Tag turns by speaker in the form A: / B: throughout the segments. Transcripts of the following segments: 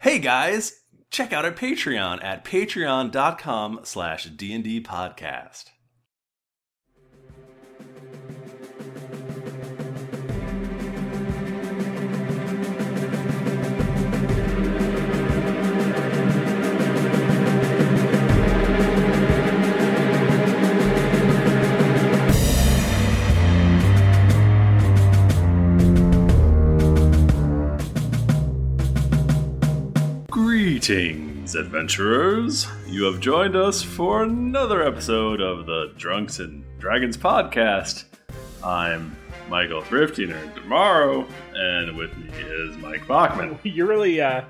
A: hey guys, check out our Patreon at patreon.com slash D&D podcast. Greetings, adventurers! You have joined us for another episode of the Drunks and Dragons podcast. I'm Michael Thriftener tomorrow, and with me is Mike Bachman.
B: You're really, uh,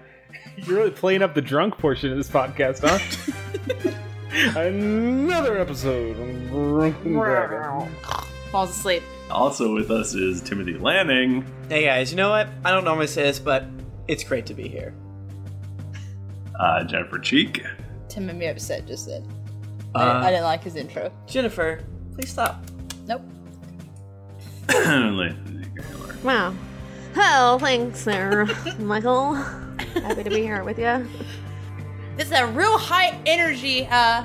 B: you're really playing up the drunk portion of this podcast, huh? Another episode. of Drunk and Dragon.
C: Falls asleep.
A: Also with us is Timothy Lanning.
D: Hey guys, you know what? I don't normally say this, but it's great to be here.
A: Uh, Jennifer Cheek.
C: Tim made me upset just then.
D: Uh,
C: I, I didn't like his intro.
D: Jennifer, please stop.
C: Nope.
E: Wow. Well, thanks there, Michael. Happy to be here with you.
C: This is a real high energy. Uh,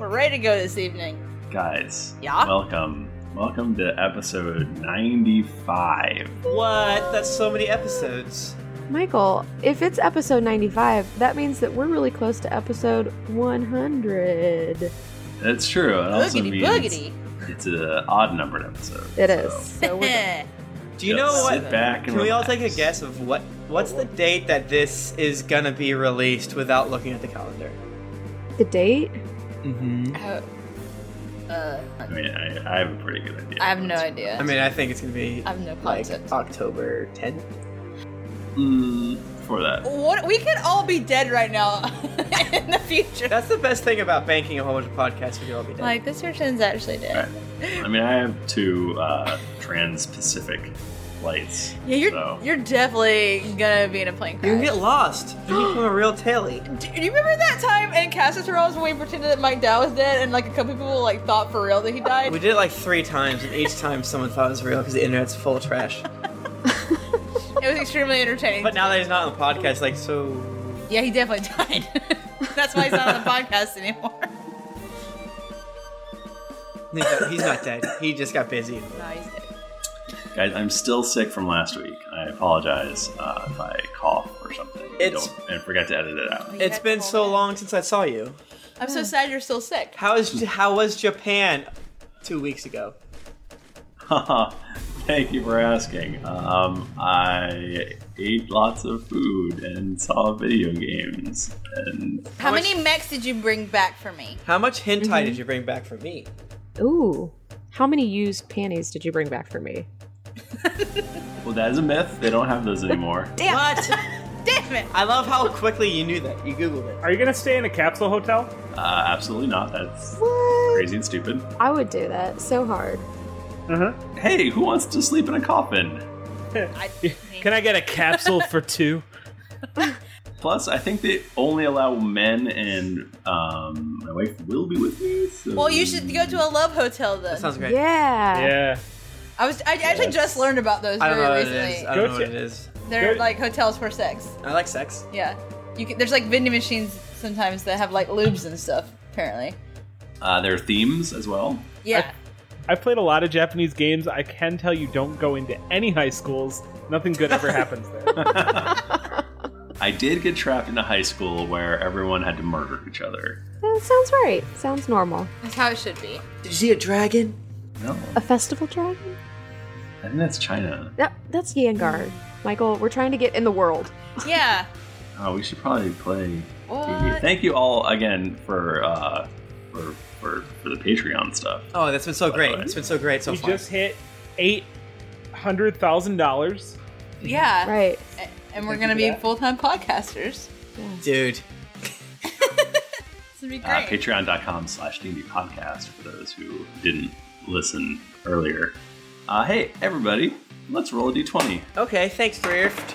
C: we're ready to go this evening.
A: Guys,
C: Yeah?
A: welcome. Welcome to episode 95.
D: What? That's so many episodes.
E: Michael, if it's episode 95, that means that we're really close to episode 100.
A: That's true. It also
C: Boogity
A: means
C: boogity.
A: it's an odd numbered episode.
E: It
A: so-
E: is. So we're done.
D: Do you
A: Yeah,
D: know
A: sit
D: what?
A: back and
D: Can we all
A: relax.
D: take a guess of what? What's the date that this is gonna be released without looking at the calendar?
E: the date?
D: Mm-hmm.
C: Oh. Uh,
A: I mean, I, I have a pretty good idea.
C: I have no idea.
D: I mean, I think it's gonna be
C: I have no
D: like uh,
C: concept.
D: October 10th.
A: Mm, before that.
C: what? We could all be dead right now in the future.
D: That's the best thing about banking a whole bunch of podcasts. We could all be dead.
C: Like this person's actually dead.
A: I mean, I have two uh, trans-Pacific flights.
C: Yeah, you're
A: So.
C: you're definitely gonna be in a plane
D: you
C: crash.
D: can get lost. You become a real tailie.
C: Do do you remember that time in Castle Rock when we pretended that Mike Dow was dead and like a couple people like thought for real that he died?
D: We did it like three times, and each time someone thought it was real because the internet's full of trash.
C: It was extremely entertaining.
D: But now that he's not on the podcast, like so.
C: yeah, he definitely died. That's why he's not on the podcast anymore.
D: He's not, he's not dead. He just got busy.
C: No, he's dead.
A: Guys, I'm still sick from last week. I apologize uh, if I cough or something. and
D: It's-
A: don't- and forgot to edit it out.
D: It's been so long since I saw you.
C: I'm so sad you're still sick.
D: How is how was Japan two weeks ago?
A: Haha, Thank you for asking. Um, I ate lots of food and saw video games, and
C: How
D: much-
C: many mechs did you bring back for me?
D: How much hentai did you bring back for me?
E: Ooh. How many used panties did you bring back for me?
A: well, that is a myth. They don't have those anymore.
C: Damn.
D: What?
C: Damn it!
D: I love how quickly you knew that. You googled it.
B: Are you gonna stay in a capsule hotel?
A: Uh, absolutely not. That's
E: What?
A: crazy and stupid.
E: I would do that so hard.
B: Uh
A: Hey, who wants to sleep in a coffin?
C: I,
B: huh. Can I get a capsule for two?
A: Plus, I think they only allow men, and um, my wife will be with me. So...
C: well, you should go to a love hotel then.
D: That sounds great.
E: Yeah.
B: Yeah.
C: I was I actually
A: Yes.
C: just learned about those
D: I
C: very
D: don't know what it
C: recently.
D: is. I don't know
B: Go
D: what it
B: to-
D: is.
C: They're
B: Go-
C: like hotels for sex.
D: I like sex.
C: Yeah, you can, there's like vending machines sometimes that have like lubes and stuff. Apparently,
A: Uh, there are themes as well.
C: yeah.
B: I played a lot of Japanese games. I can tell you don't go into any high schools. Nothing good ever happens there.
A: I did get trapped in a high school where everyone had to murder each other.
E: That sounds right. Sounds normal.
C: That's how it should be.
D: Did you see a dragon?
A: No,
E: A festival dragon?
A: I think that's China.
E: That, that's Yangar. Michael, we're trying to get in the world.
C: Yeah.
A: Oh, we should probably play. TV.
C: What?
A: Thank you all again for uh, for, for for the Patreon stuff.
D: Oh, that's been so great.
A: Alright.
D: It's been so great so
B: we
D: far.
B: Uh, just hit eight hundred thousand dollars.
C: Yeah.
E: Right.
C: A- And we're
D: Thank you
C: gonna
D: for
C: be
D: that.
C: full time podcasters.
D: Dude,
C: This would be great.
A: Uh, Patreon.com slash D&D podcast for those who didn't listen earlier. Uh, hey, everybody, let's roll a d20.
D: okay, thanks, Thrift.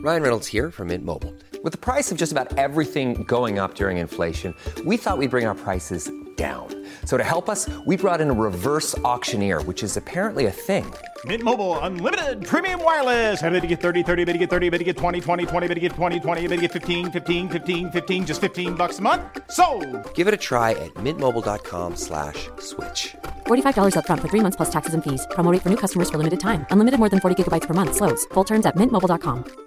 F: Ryan Reynolds here from Mint Mobile. With the price of just about everything going up during inflation, we thought we'd bring our prices down. So to help us, we brought in a reverse auctioneer, which is apparently a thing.
G: Mint Mobile unlimited premium wireless. Ready to get 30, 30, bet you get 30, bet you get 20, 20, 20, bet you get 20, 20, bet you get 15, 15, 15, 15 just 15 bucks a month. So,
F: Give it a try at mintmobile.com slash switch.
H: $45 upfront for three months plus taxes and fees. Promo rate for new customers for limited time. Unlimited more than 40 gigabytes per month. Slows. Full terms at mintmobile.com.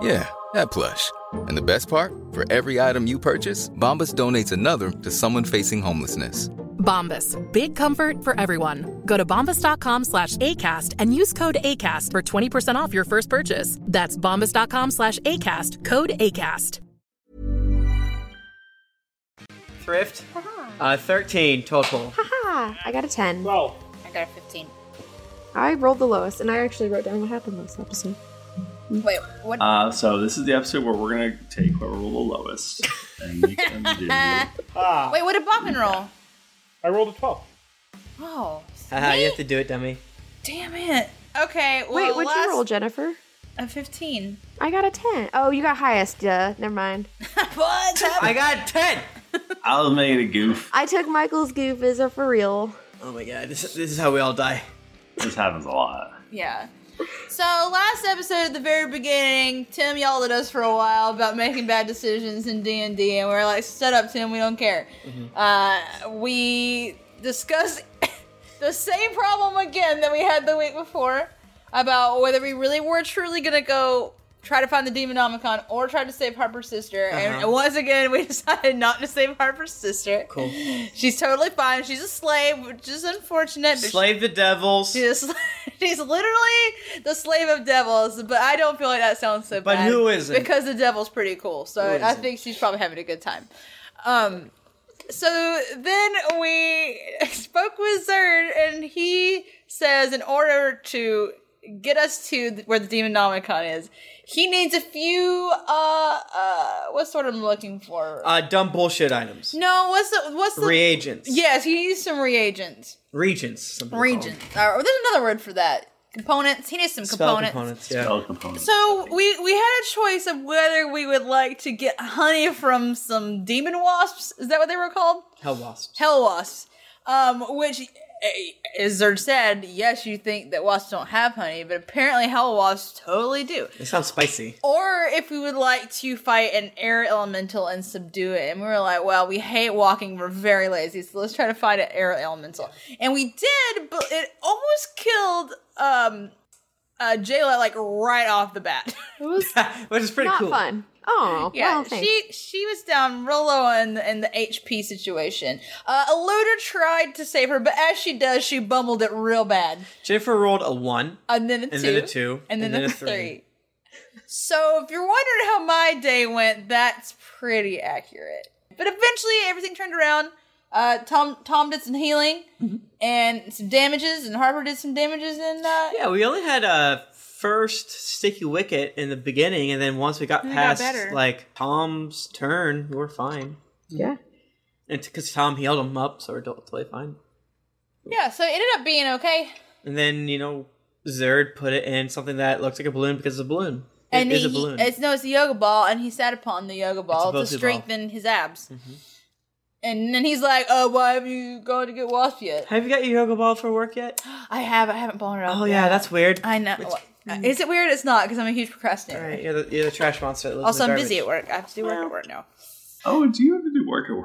I: Yeah, that plush. And the best part? For every item you purchase, Bombas donates another to someone facing homelessness.
H: Bombas. Big comfort for everyone. Go to bombas.com slash ACAST and use code ACAST for 20% off your first purchase. That's bombas.com slash ACAST. Code ACAST.
D: Thrift. Uh, 13 total.
E: Haha, I got a 10.
B: Well,
C: I got a 15.
E: I rolled the lowest, and I actually wrote down what happened last episode.
C: Wait, what?
A: Uh, so this is the episode where we're gonna take where we're the lowest, and you can do.
C: Wait, what did Bobbin roll?
B: I rolled a 12.
C: Oh,
D: Haha, you have to do it, dummy.
C: damn it. Okay, well,
E: Wait, what'd
C: last,
E: you roll, Jennifer?
C: A 15.
E: I got a 10. Oh, you got highest, duh. Never mind.
C: What?
D: I got 10!
A: I'll make a goof.
E: I took Michael's goof as a for real.
D: Oh my god, this, this is how we all die.
A: This happens a lot.
C: Yeah. So last episode at the very beginning, Tim yelled at us for a while about making bad decisions in D and D, and we were like, "Shut up, Tim. We don't care."
D: Mm-hmm.
C: Uh, we discussed the same problem again that we had the week before about whether we really were truly gonna go try to find the Demonomicon or try to save Harper's sister. And once again, we decided not to save Harper's sister.
D: Uh-huh. Cool.
C: She's totally fine. She's a slave, which is unfortunate. but she-
D: Slave the devils.
C: She's, she's literally the slave of devils, but I don't feel like that sounds so
D: But
C: bad.
D: who isn't?
C: Because the devil's pretty cool, so I
D: isn't?
C: think she's probably having a good time. Um, so then we spoke with Zerd, and he says in order to get us to th- where the Demonomicon is, he needs a few, uh, uh, what sort I'm looking for?
D: Uh, dumb bullshit items.
C: no, what's the, what's the,
D: Reagents.
C: yes, he needs some reagents.
D: Regents. something called.
C: Region. Or there's another word for that. Components. He needs some
D: Oh. Spell
C: components.
D: components, yeah.
A: All components.
C: So we we had a choice of whether we would like to get honey from some demon wasps. Is that what they were called?
D: Hell wasps.
C: Hell wasps. Um, which, eh, as Zerd said, yes, you think that wasps don't have honey, but apparently hell wasps totally do.
D: It sounds spicy.
C: Or if we would like to fight an air elemental and subdue it. And we were like, well, we hate walking. We're very lazy. So let's try to fight an air elemental. And we did, but it almost killed um, uh, Jayla like right off the bat.
E: It was
D: Which is pretty
E: not
D: cool.
E: fun. Oh,
C: yeah,
E: well, thanks.
C: she she was down real low in the, in the HP situation. Uh, Eluder tried to save her, but as she does, she bumbled it real bad.
D: Jennifer rolled a one.
C: And then a two.
D: And then a two,
C: And then,
D: and then
C: a
D: a
C: three.
D: three.
C: So if you're wondering how my day went, that's pretty accurate. But eventually everything turned around. Uh, Tom Tom did some healing and some damages, and Harper did some damages in uh
D: Yeah, we only had a first sticky wicket in the beginning, and then once we got
C: And it got
D: past
C: better.
D: like Tom's turn, we were fine.
E: yeah.
D: And because Tom healed him up, so we're totally fine.
C: yeah, so it ended up being okay.
D: And then you know, Zerd put it in something that looks like a balloon because it's a balloon. It
C: and
D: is
C: he,
D: a balloon.
C: It's no, it's a yoga ball, and he sat upon the yoga ball to
D: bosu ball. Mm-hmm.
C: strengthen his abs. And then he's like, "Oh, why have you gone to get wasp yet?
D: Have you got your yoga ball for work yet?
C: I have. I haven't blown it up.
D: Oh
C: yet.
D: yeah, that's weird.
C: I know. Uh,
D: It's-
C: Is it weird? It's not because I'm a huge procrastinator.
D: Right, you're the, you're the trash monster. That lives
C: Also,
D: in the
C: I'm busy at
D: garbage.
C: work. I have to do work at work now.
A: Oh, do you have to do work at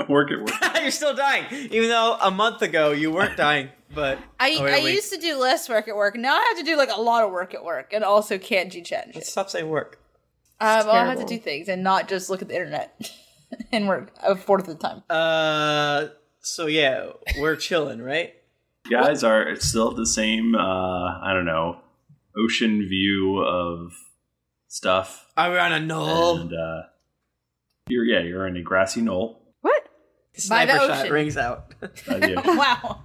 A: work? work at work.
D: you're still dying, even though a month ago you weren't dying. But
C: I,
D: Oh, wait,
C: I
D: wait.
C: used to do less work at work. Now I have to do like a lot of work at work and also can't G chat.
D: Let's stop saying work.
C: Um, well, I have to
D: terrible.
C: do things and not just look at the internet and work a fourth of the time.
D: Uh, so yeah, we're chilling, right?
A: guys are still at the same uh i don't know ocean view of stuff
D: are we on a knoll
A: and uh you're yeah you're on a grassy knoll
C: By the
D: Sniper shot
C: ocean.
D: rings out.
A: I do.
C: wow.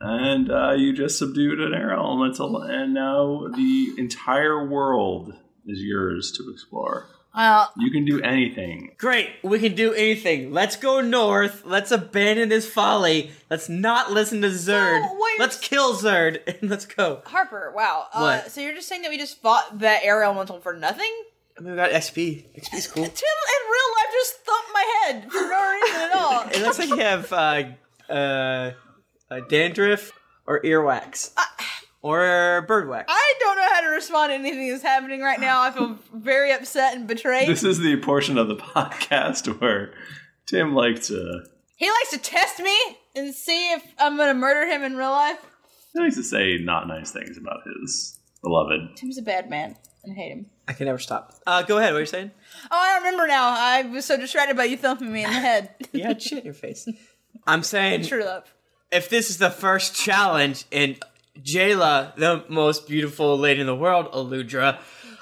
A: and uh you just subdued an air elemental and now the entire world is yours to explore
C: Well,
A: you can do anything
D: Great, we can do anything. Let's go north. Let's abandon his folly. Let's not listen to Zerd.
C: what you're
D: let's kill Zerd and let's go.
C: Harper, wow. Uh,
D: What?
C: So you're just saying that we just fought that air elemental for nothing?
D: I mean, we got XP. XP's cool.
C: Tim in real life just thumped my head for no reason at all.
D: it looks like you have uh, uh, uh, dandruff or earwax or birdwax.
C: I don't know how to respond to anything that's happening right now. I feel very upset and betrayed.
A: this is the portion of the podcast where tim likes to
C: he likes to test me and see if I'm going to murder him in real life.
A: he likes to say not nice things about his beloved
C: Tim's a bad man. I hate him.
D: I can never stop. Uh, go ahead. What are you saying?
C: Oh, I remember now. I was so distracted by you thumping me in the head.
D: You had shit in your face. I'm saying
C: True love.
D: if this is the first challenge and Jayla, the most beautiful lady in the world, Aludra,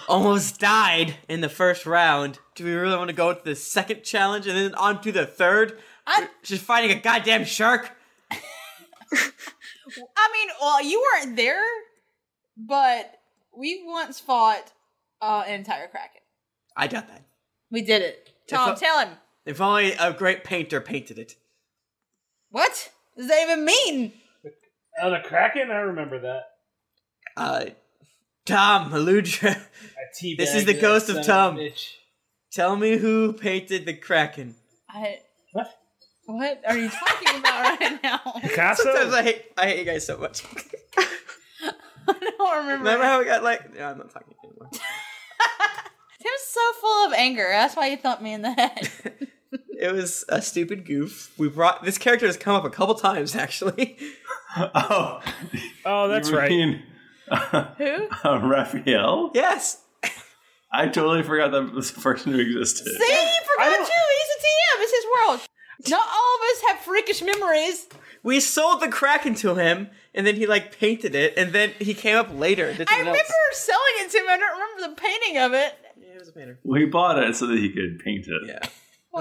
D: almost died in the first round. Do we really want to go to the second challenge and then on to the third? She's fighting a goddamn shark.
C: I mean, well, you weren't there, but we once fought uh, an entire kraken.
D: I doubt that.
C: We did it. Tom,
D: If I-
C: tell him.
D: If only a great painter painted it.
C: What does that even mean?
B: Oh, the Kraken? I remember that.
D: Uh, Tom, Aludra,
B: Teabag
D: This is the
B: that
D: ghost of
B: son a
D: Tom.
B: bitch.
D: tell me who painted the Kraken.
C: I.
B: What?
C: What are you talking about right now?
D: Sometimes
B: Picasso?
D: I hate, I hate you guys so much.
C: I don't remember.
D: Remember how we got like? No, I'm not talking anymore.
C: Tim's so full of anger. That's why you thumped me in the head.
D: It was a stupid goof. We brought this character has come up a couple times actually.
A: oh
B: Oh, that's
A: you
B: right.
A: mean,
C: Who?
A: uh, raphael
D: Yes,
A: I totally forgot that this person who existed.
C: See, you
B: I
C: forgot too.
B: don't-
C: He's a TM. It's his world. Not all of us have freakish memories.
D: we sold the kraken to him, and then he like painted it, and then he came up later. and did
C: I
D: something
C: remember
D: else.
C: selling it to him. I don't remember the painting of it.
D: Yeah, it was a painter.
A: Well, he bought it so that he could paint it.
D: Yeah,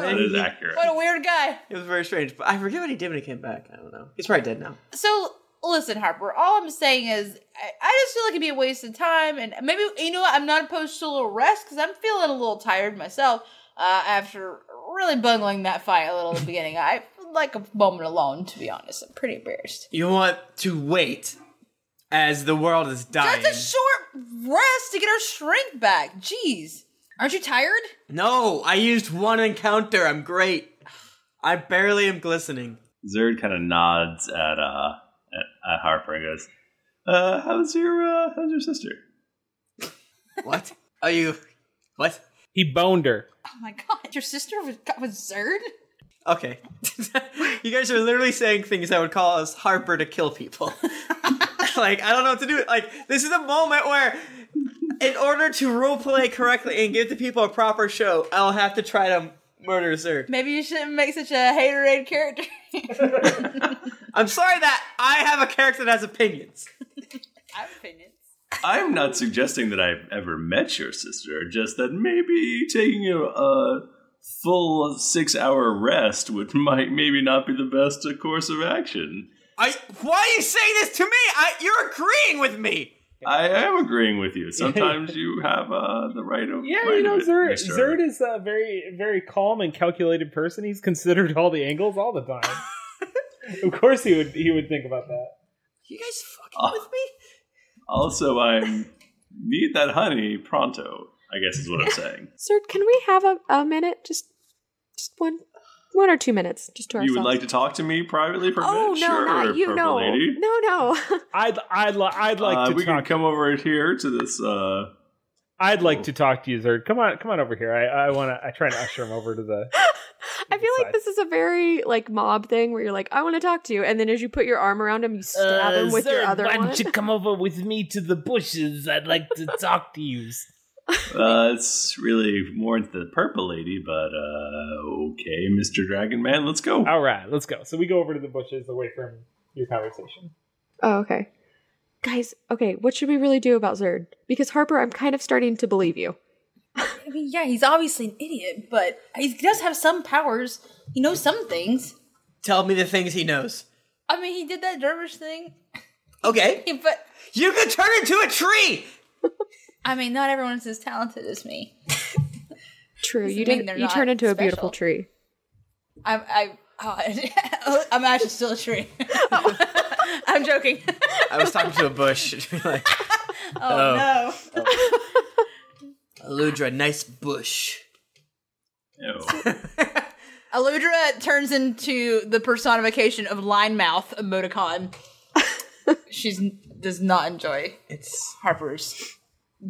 A: That is accurate.
C: What a weird guy.
D: it was very strange, but I forget what he did when he came back. I don't know. He's probably dead now.
C: So listen, Harper. All I'm saying is, I, I just feel like it'd be a waste of time, and maybe you know what? I'm not opposed to a little rest because I'm feeling a little tired myself uh, after really bungling that fight a little at the beginning. I would like a moment alone, to be honest. I'm pretty embarrassed.
D: You want to wait as the world is dying?
C: That's a short rest to get our strength back. Jeez, aren't you tired?
D: no, I used one encounter. I'm great. I barely am glistening.
A: Zerd kind of nods at uh at, at Harper and goes, uh, "How's your uh, how's your sister?"
D: What are you? What?
B: He boned her.
C: Oh my god, your sister was was Zerd.
D: Okay. you guys are literally saying things that would cause Harper to kill people. like, I don't know what to do. Like, this is a moment where, in order to roleplay correctly and give the people a proper show, I'll have to try to murder Zerd.
C: Maybe you shouldn't make such a haterade character.
D: I'm sorry that I have a character that has opinions.
C: I have opinions.
A: I'm not suggesting that I've ever met your sister, just that maybe taking a, a full six hour rest would might maybe not be the best uh, course of action.
D: I, why are you saying this to me? I, you're agreeing with me.
A: I am agreeing with you. Sometimes you have uh, the right of
B: Yeah,
A: right
B: you know,
A: of it,
B: Zerd,
A: Mr.
B: Zerd is a very, very calm and calculated person. He's considered all the angles all the time. of course, he would. He would think about that.
D: You guys fucking
A: Oh.
D: with me?
A: Also, I need that honey pronto. I guess is what I'm saying.
E: Sir, can we have a, a minute? Just just one one or two minutes, just to ourselves.
A: You would like to talk to me privately for a
E: Oh no,
A: minute? sure,
E: not you.
A: purple
E: No,
A: lady.
E: no, no.
B: I'd I'd li- I'd like
A: Uh,
B: to
A: we
B: talk.
A: can come over here to this. Uh,
B: I'd like to talk to you, Zerd. Come on, come on over here. I I want to. I try to usher him over to the.
E: I feel like this is a very like mob thing where you're like, I want to talk to you, and then as you put your arm around him, you
B: Uh,
C: Uh,
E: stab him with your other one.
B: come over with me to the bushes? I'd like to talk to you.
A: uh, it's really more into the purple lady, but uh, okay, Mr. Dragon Man, let's go.
B: All right, let's go. So we go over to the bushes away from your conversation.
E: Oh, okay. Guys, okay, what should we really do about Zerd? Because Harper, I'm kind of starting to believe you.
C: I mean, yeah, he's obviously an idiot, but he does have some powers. He knows some things.
D: Tell me the things he knows.
C: I mean, he did that dervish thing,
D: Okay.
C: but
D: You could turn into a tree!
C: I mean, not everyone's as talented as me.
E: True,
C: Doesn't
E: you
C: mean
E: didn't.
C: they're
E: You
C: not
E: turned into a beautiful
C: special.
E: tree.
C: I'm, I, oh, I'm actually still a tree. I'm joking.
D: I was talking to a bush. It'd be like, oh.
C: Oh, no.
D: Aludra, nice bush.
A: No.
C: Aludra turns into the personification of line mouth emoticon. She's does not enjoy
D: It's
C: Harper's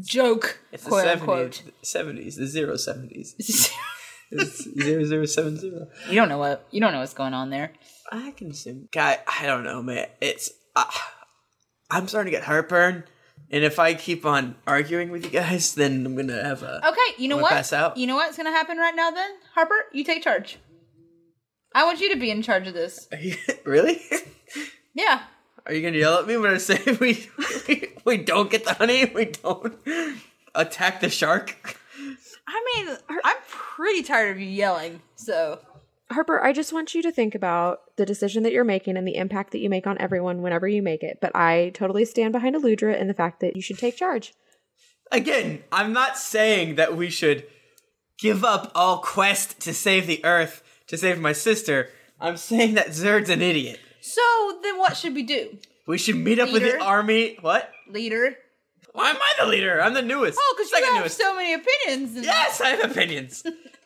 C: joke,
D: it's the
C: quote unquote.
D: 70s, 70s, the zero 70s. It's 0070.
C: you don't know what you don't know what's going on there.
D: I can assume. Guy, I don't know, man. It's. Uh, I'm starting to get heartburn, and if I keep on arguing with you guys, then I'm gonna have a.
C: Okay, you know
D: I'm gonna
C: what?
D: pass out.
C: You know what's gonna happen right now then? Harper, you take charge. I want you to be in charge of this.
D: really?
C: Yeah.
D: Are you gonna yell at me when I say we, we we don't get the honey? We don't attack the shark?
C: I mean, I'm pretty tired of you yelling, so
E: Harper, I just want you to think about the decision that you're making and the impact that you make on everyone whenever you make it. But I totally stand behind Aludra and the fact that you should take charge.
D: Again, I'm not saying that we should give up all quest to save the earth to save my sister. I'm saying that Zerd's an idiot.
C: so then what should we do?
D: We should meet up with
C: Leader.
D: the army. What?
C: Leader?
D: Why am I the leader? I'm the newest.
C: Oh, because you
D: Second
C: have so many opinions. and-
D: Yes, I have opinions.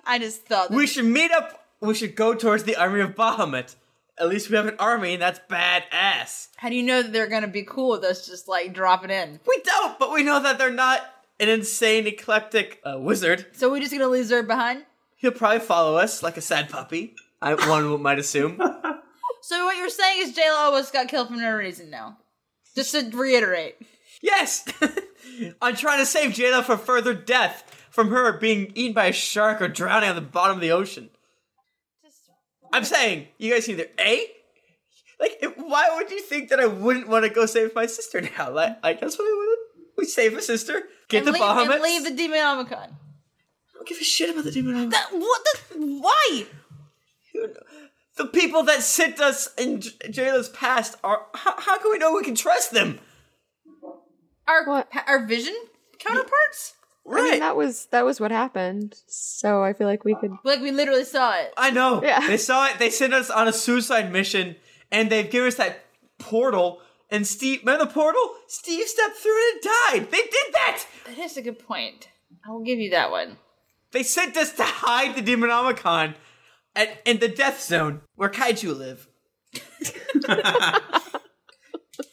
C: I just thought that
D: we should meet up. We should go towards the army of Bahamut. At least we have an army, and that's badass.
C: How do you know that they're gonna be cool with us just like dropping in?
D: We don't, but we know that they're not an insane eclectic uh, wizard.
C: So we're just gonna leave Zerb behind?
D: He'll probably follow us like a sad puppy. I, one might assume.
C: So what you're saying is Jayla almost got killed for no reason now. Just to reiterate.
D: Yes! I'm trying to save Jada from further death from her being eaten by a shark or drowning on the bottom of the ocean. I'm saying, you guys either A, like, if- why would you think that I wouldn't want to go save my sister now? Like, I guess we would. We save a sister, get
C: and
D: the
C: leave,
D: Bahamas.
C: And leave the Demonomicon.
D: I don't give a shit about the demon. Island.
C: That, what the? Why?
D: The people that sent us in J- Jayla's past are. How, how can we know we can trust them?
C: Our
E: What?
C: our vision counterparts?
E: I
D: Right.
E: mean, that was that was what happened. So I feel like we could.
C: Like we literally saw it.
D: I know.
E: Yeah.
D: They saw it. They sent us on a suicide mission, and they've given us that portal. And Steve, remember the portal? Steve stepped through it and died. They did that.
C: That is a good point. I will give you that one.
D: They sent us to hide the Demonomicon at in the Death Zone, where kaiju live.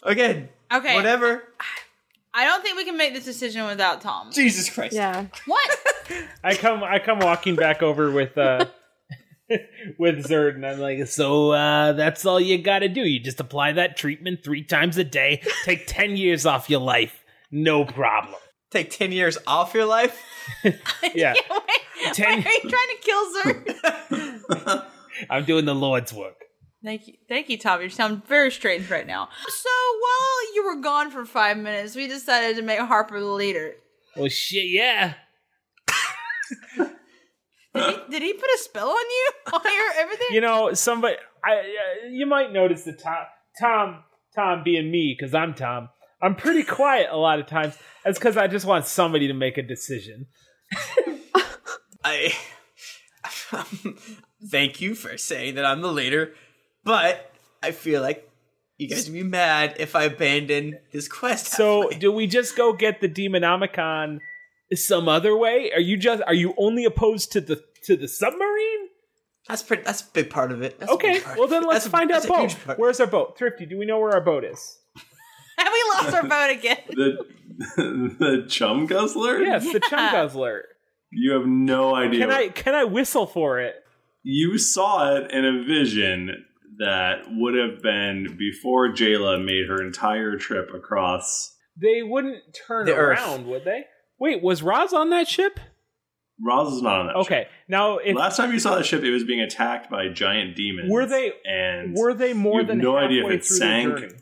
D: Again,
C: Okay.
D: whatever.
C: I don't think we can make this decision without Tom.
D: Jesus Christ.
E: Yeah,
C: What?
B: I come I come walking back over with uh with Zerd and I'm like, so uh that's all you gotta do. You just apply that treatment three times a day, take ten years off your life. No problem.
D: Take ten years off your life.
B: Yeah.
C: Wait,
B: Ten-
C: why are you trying to kill Zerb?
B: I'm doing the Lord's work.
C: Thank you, thank you, Tom. You sound very strange right now. So while you were gone for five minutes, we decided to make Harper the leader.
B: Well shit, yeah.
C: Did he, did he put a spell on you? On your everything?
B: You know, somebody I uh, you might notice that Tom Tom Tom being me, because I'm Tom. I'm pretty quiet a lot of times. That's because I just want somebody to make a decision.
D: I thank you for saying that I'm the leader, but I feel like you guys would be mad if I abandon this quest.
B: So
D: halfway.
B: do we just go get the Demonomicon some other way? Are you just are you only opposed to the to the submarine?
D: That's pretty. That's a big part of it. That's a big
B: Okay,
D: part.
B: well then let's
D: That's a-
B: find our
D: that's a
B: boat.
D: huge part.
B: Where's our boat? Thrifty, do we know where our boat is?
C: Have we lost our boat again?
A: The, the chum guzzler?
B: Yes, the chum
C: Yeah.
B: guzzler.
A: You have no idea.
B: Can I can I whistle for it?
A: you saw it in a vision that would have been before Jayla made her entire trip across.
B: They wouldn't turn
D: The Earth.
B: around, would they? Wait, was Roz on that ship?
A: Roz is not on that.
B: Okay, now
A: ship.
B: if
A: Last time you saw that ship, it was being attacked by giant demons.
B: Were they-
A: And
B: were they more
A: you have
B: than
A: no idea if
B: halfway
A: it
B: through
A: sank.
B: the journey?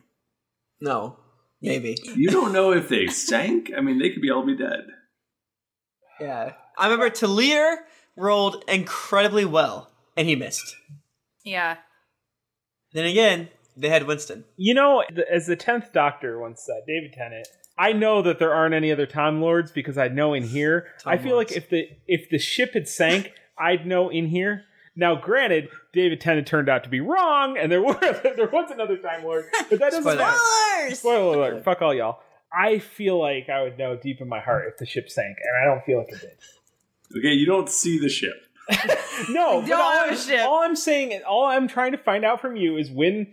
D: No, maybe.
A: you don't know if they sank. I mean, they could be all be dead.
D: Yeah, I remember Talir rolled incredibly well, and he missed.
C: Yeah.
D: Then again, they had Winston.
B: You know, th- as the tenth Doctor once said, David Tennant. I know that there aren't any other Time Lords because I know in here.
D: Time
B: I feel
D: Lords.
B: like if the if the ship had sank, I'd know in here. Now, granted, David Tennant turned out to be wrong, and there were there was another Time Lord, but that doesn't
D: Spoiler.
B: matter.
C: Spoilers!
B: Spoiler alert! Fuck all y'all. I feel like I would know deep in my heart if the ship sank, and I don't feel like it did.
A: Okay, you don't see the ship.
B: No, but
C: Don't
B: all,
C: have a ship.
B: all I'm saying, and all I'm trying to find out from you is when,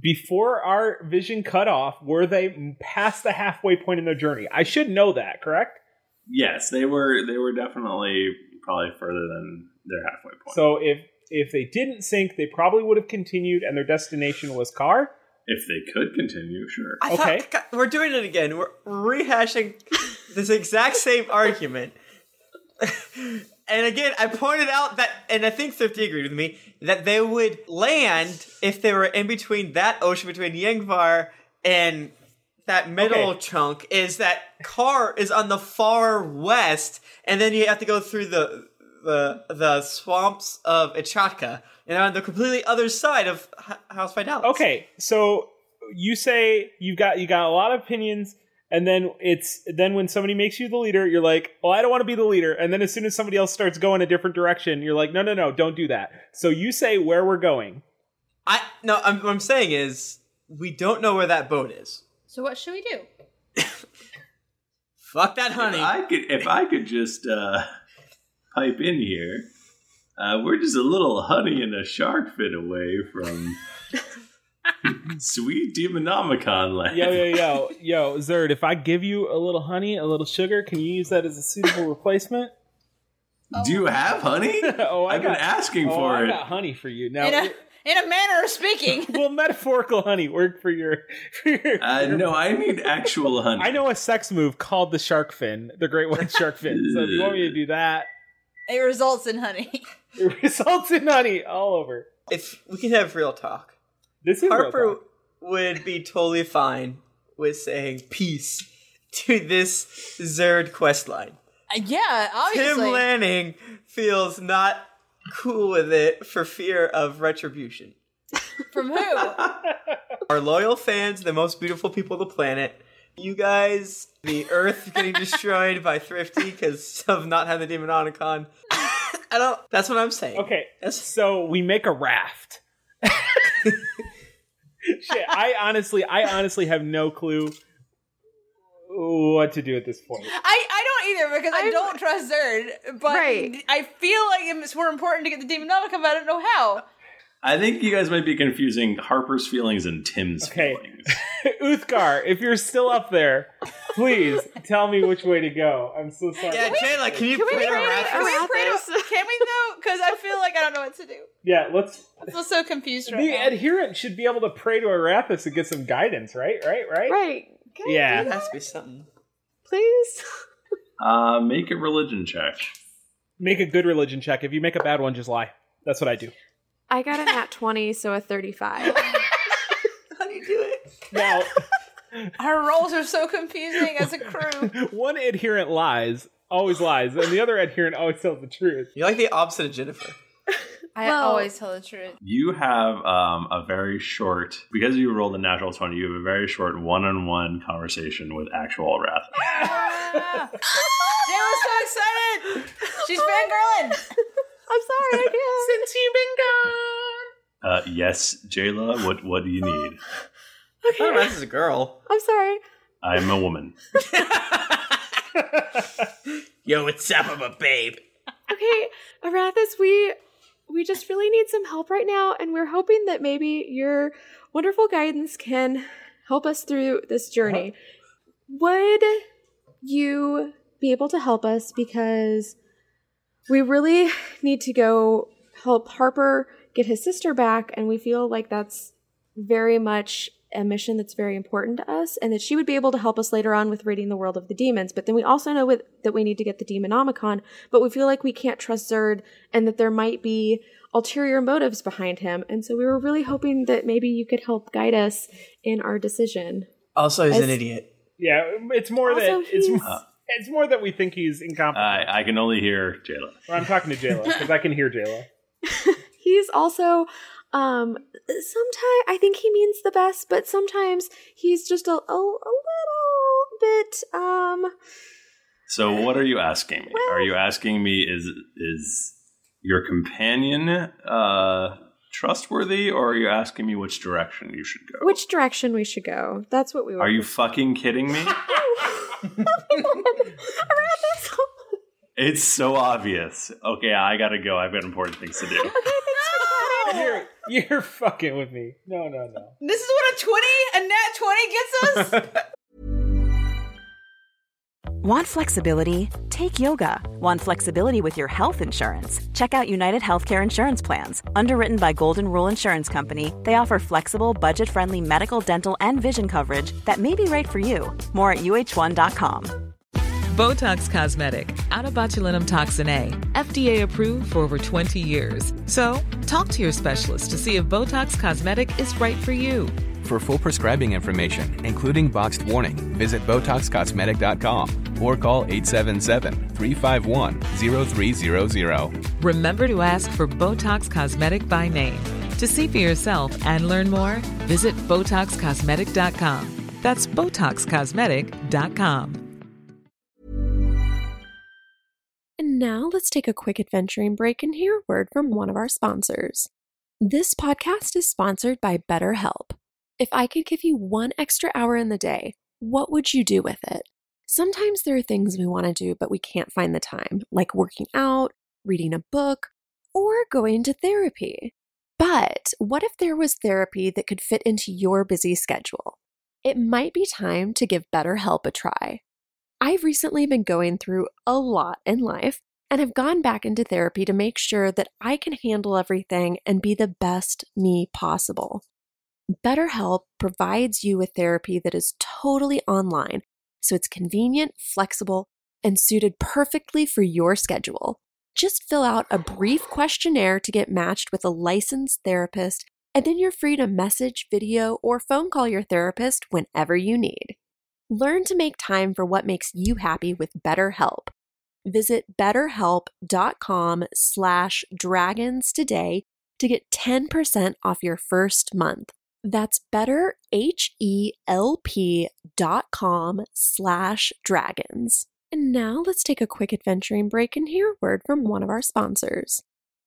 B: before our vision cut off, were they past the halfway point in their journey? I should know that, correct?
A: Yes, they were. They were definitely probably further than their halfway point.
B: So if if they didn't sink, they probably would have continued, and their destination was Car.
A: if they could continue, sure.
D: I
B: Okay.
D: thought God, we're doing it again. We're rehashing this exact same argument. and again, I pointed out that, and I think Thrifty agreed with me that they would land if they were in between that ocean between Yangvar and that middle
B: Okay.
D: chunk. Is that car is on the far west, and then you have to go through the the the swamps of Ichaka, and on the completely other side of H- House Fidelis.
B: Okay, so you say you've got you got a lot of opinions. And then it's then when somebody makes you the leader, you're like, "Well, I don't want to be the leader." And then as soon as somebody else starts going a different direction, you're like, "No, no, no, don't do that." So you say where we're going.
D: I no. I'm, what I'm saying is we don't know where that boat is.
C: So what should we do?
D: Fuck that, honey.
A: If I could, if I could just uh, pipe in here, uh, we're just a little honey and a shark fin away from sweet demonomicon land.
B: Yo, yo, yo, yo, Zerd, if I give you a little honey, a little sugar, can you use that as a suitable replacement?
A: Do you have honey?
B: Oh, I
A: I've been
B: got-
A: asking
B: oh,
A: for
B: I
A: it.
B: got honey for you. Now,
C: In a, in a manner of speaking.
B: will metaphorical honey work for your. For your,
A: Uh,
B: your-
A: no, I need actual honey.
B: I know a sex move called the shark fin, the great white shark fin. So if you want me to do that,
C: It results in honey.
B: it results in honey all over.
D: if we can have real talk,
B: This is real
D: Harper
B: talk.
D: would be totally fine with saying peace to this Zerd quest line.
C: Uh, yeah,
D: Tim
C: obviously.
D: Lanning feels not cool with it for fear of retribution.
C: From who?
D: Our loyal fans, the most beautiful people on the planet, you guys, the Earth getting destroyed by Thrifty because of not having the Demononicon. I don't. That's what I'm saying.
B: Okay,
D: That's
B: so we make a raft. Shit, I honestly, I honestly have no clue what to do at this point.
C: I, I don't either because I
E: I'm-
C: don't trust Zerd, but
E: Right.
C: I feel like it's more important to get the Demonomicon, but I don't know how.
A: I think you guys might be confusing Harper's feelings and Tim's
B: Okay.
A: feelings.
B: Uthgar, if you're still up there, please tell me which way to go. I'm so sorry.
D: Yeah, Jayla, can you
E: Can we
D: play the
E: pray-
D: raft?
C: Can we,
E: About
C: pray to,
E: this.
C: can we though? Because I feel like I don't know what to do.
B: Yeah, let's.
C: I feel so confused right
B: The
C: now.
B: adherent should be able to pray to Arathis and get some guidance, right? Right? Right?
E: Right. Can
B: Yeah.
D: It has to be something.
E: Please.
A: Uh, make a religion check.
B: Make a good religion check. If you make a bad one, just lie. That's what I do.
E: I got a nat 20, so a 35.
D: How do you do it?
B: Now,
C: Our roles are so confusing as a crew.
B: one adherent lies, always lies, and the other adherent always tells the truth.
D: You're like the opposite of Jennifer.
C: I
E: Well-
C: always tell the truth.
A: You have um, a very short, because you rolled a natural 20, you have a very short one on one conversation with actual Wrath.
C: Ah. Jayla's so excited. She's fangirling.
E: I'm sorry, I can't.
B: Since you've been gone.
A: Uh, yes, Jayla, what, what do you need?
D: I don't know, this is a girl.
E: I'm sorry.
A: I'm a woman.
D: Yo, what's up? I'm a babe.
E: Okay, Arathis, we
J: we just really need some help right now, and we're hoping that maybe your wonderful guidance can help us through this journey. Would you be able to help us? Because we really need to go help Harper get his sister back, and we feel like that's very much a mission that's very important to us, and that she would be able to help us later on with reading the world of the demons. But then we also know with, that we need to get the Demonomicon, but we feel like we can't trust Zerd and that there might be ulterior motives behind him. And so we were really hoping that maybe you could help guide us in our decision.
D: Also, he's an
J: That's-
D: idiot.
B: Yeah, um, it's more
J: Also,
B: that it's
J: he's-
B: more, it's more that we think he's incompetent.
A: I, I can only hear Jayla.
B: Well, I'm talking to Jayla because I can hear Jayla.
J: He's also um sometimes I think he means the best, but sometimes he's just a, a, a little bit um
A: So what are you asking me? Are you asking me is is your companion uh, trustworthy, or are you asking me which direction you should go?
J: which direction we should go. That's what we were
A: Are you fucking kidding me? it's so obvious. Okay, I gotta go. I've got important things to do.
B: You're you're fucking with me. No, no, no.
C: This is what a 20, a nat 20 gets us?
K: Want flexibility? Take yoga. Want flexibility with your health insurance? Check out United Healthcare Insurance Plans. Underwritten by Golden Rule Insurance Company, they offer flexible, budget friendly medical, dental, and vision coverage that may be right for you. More at uh1.com.
L: Botox Cosmetic, out of botulinum toxin A, FDA approved for over 20 years. So, talk to your specialist to see if Botox Cosmetic is right for you.
M: For full prescribing information, including boxed warning, visit BotoxCosmetic.com or call 877-351-0300.
L: Remember to ask for Botox Cosmetic by name. To see for yourself and learn more, visit BotoxCosmetic.com. That's BotoxCosmetic.com.
J: And now let's take a quick adventuring break and hear a word from one of our sponsors. This podcast is sponsored by BetterHelp. If I could give you one extra hour in the day, what would you do with it? Sometimes there are things we want to do, but we can't find the time, like working out, reading a book, or going to therapy. But what if there was therapy that could fit into your busy schedule? It might be time to give BetterHelp a try. I've recently been going through a lot in life and have gone back into therapy to make sure that I can handle everything and be the best me possible. BetterHelp provides you with therapy that is totally online, so it's convenient, flexible, and suited perfectly for your schedule. Just fill out a brief questionnaire to get matched with a licensed therapist, and then you're free to message, video, or phone call your therapist whenever you need. Learn to make time for what makes you happy with BetterHelp. Visit betterhelp.com slash dragons today to get 10% off your first month. That's betterhelp.com slash dragons. And now let's take a quick adventuring break and hear a word from one of our sponsors.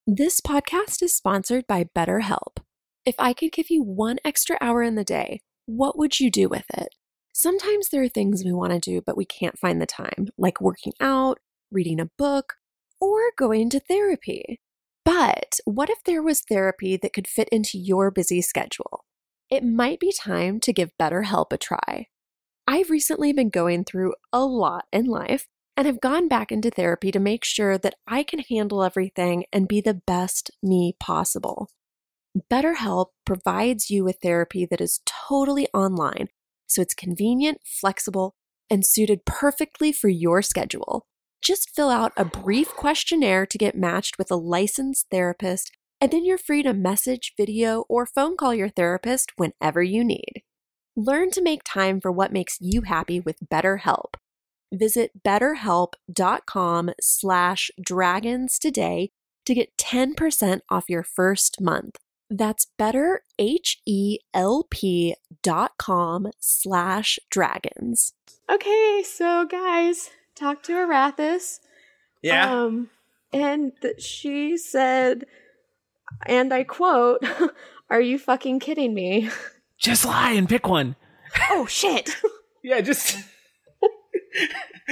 J: This podcast is sponsored by BetterHelp. If I could give you one extra hour in the day, what would you do with it? Sometimes there are things we want to do, but we can't find the time, like working out, reading a book, or going to therapy. But what if there was therapy that could fit into your busy schedule? It might be time to give BetterHelp a try. I've recently been going through a lot in life and have gone back into therapy to make sure that I can handle everything and be the best me possible. BetterHelp provides you with therapy that is totally online so it's convenient, flexible, and suited perfectly for your schedule. Just fill out a brief questionnaire to get matched with a licensed therapist, and then you're free to message, video, or phone call your therapist whenever you need. Learn to make time for what makes you happy with BetterHelp. Visit betterhelp.com slash dragons today to get 10% off your first month. That's betterhelp.com slash dragons. Okay, so guys, talk to Arathis.
D: Yeah.
J: Um, and th- she said, and I quote, Are you fucking kidding me?
B: Just lie and pick one.
J: oh, shit.
B: Yeah, just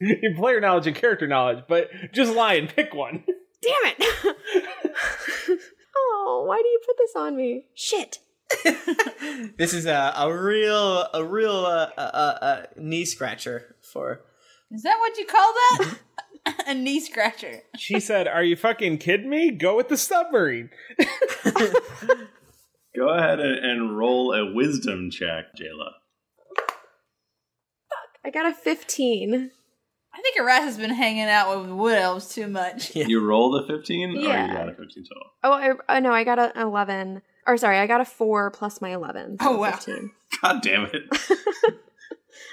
B: in player knowledge and character knowledge, but just lie and pick one.
E: Damn it! oh, why do you put this on me? Shit.
D: This is a, a real a real uh, uh, uh, uh, knee scratcher for
C: Is that what you call that? a knee scratcher.
B: She said, Are you fucking kidding me? Go with the submarine.
A: Go ahead and, and roll a wisdom check, Jayla.
E: I got a 15.
C: I think Aras has been hanging out with wood elves too much.
A: You roll the 15 or you
E: Yeah.
A: got a 15 total?
E: Oh, I, oh no, I got an 11. Or sorry, I got a 4 plus my 11. so
C: Oh, wow.
E: 15.
A: God damn it.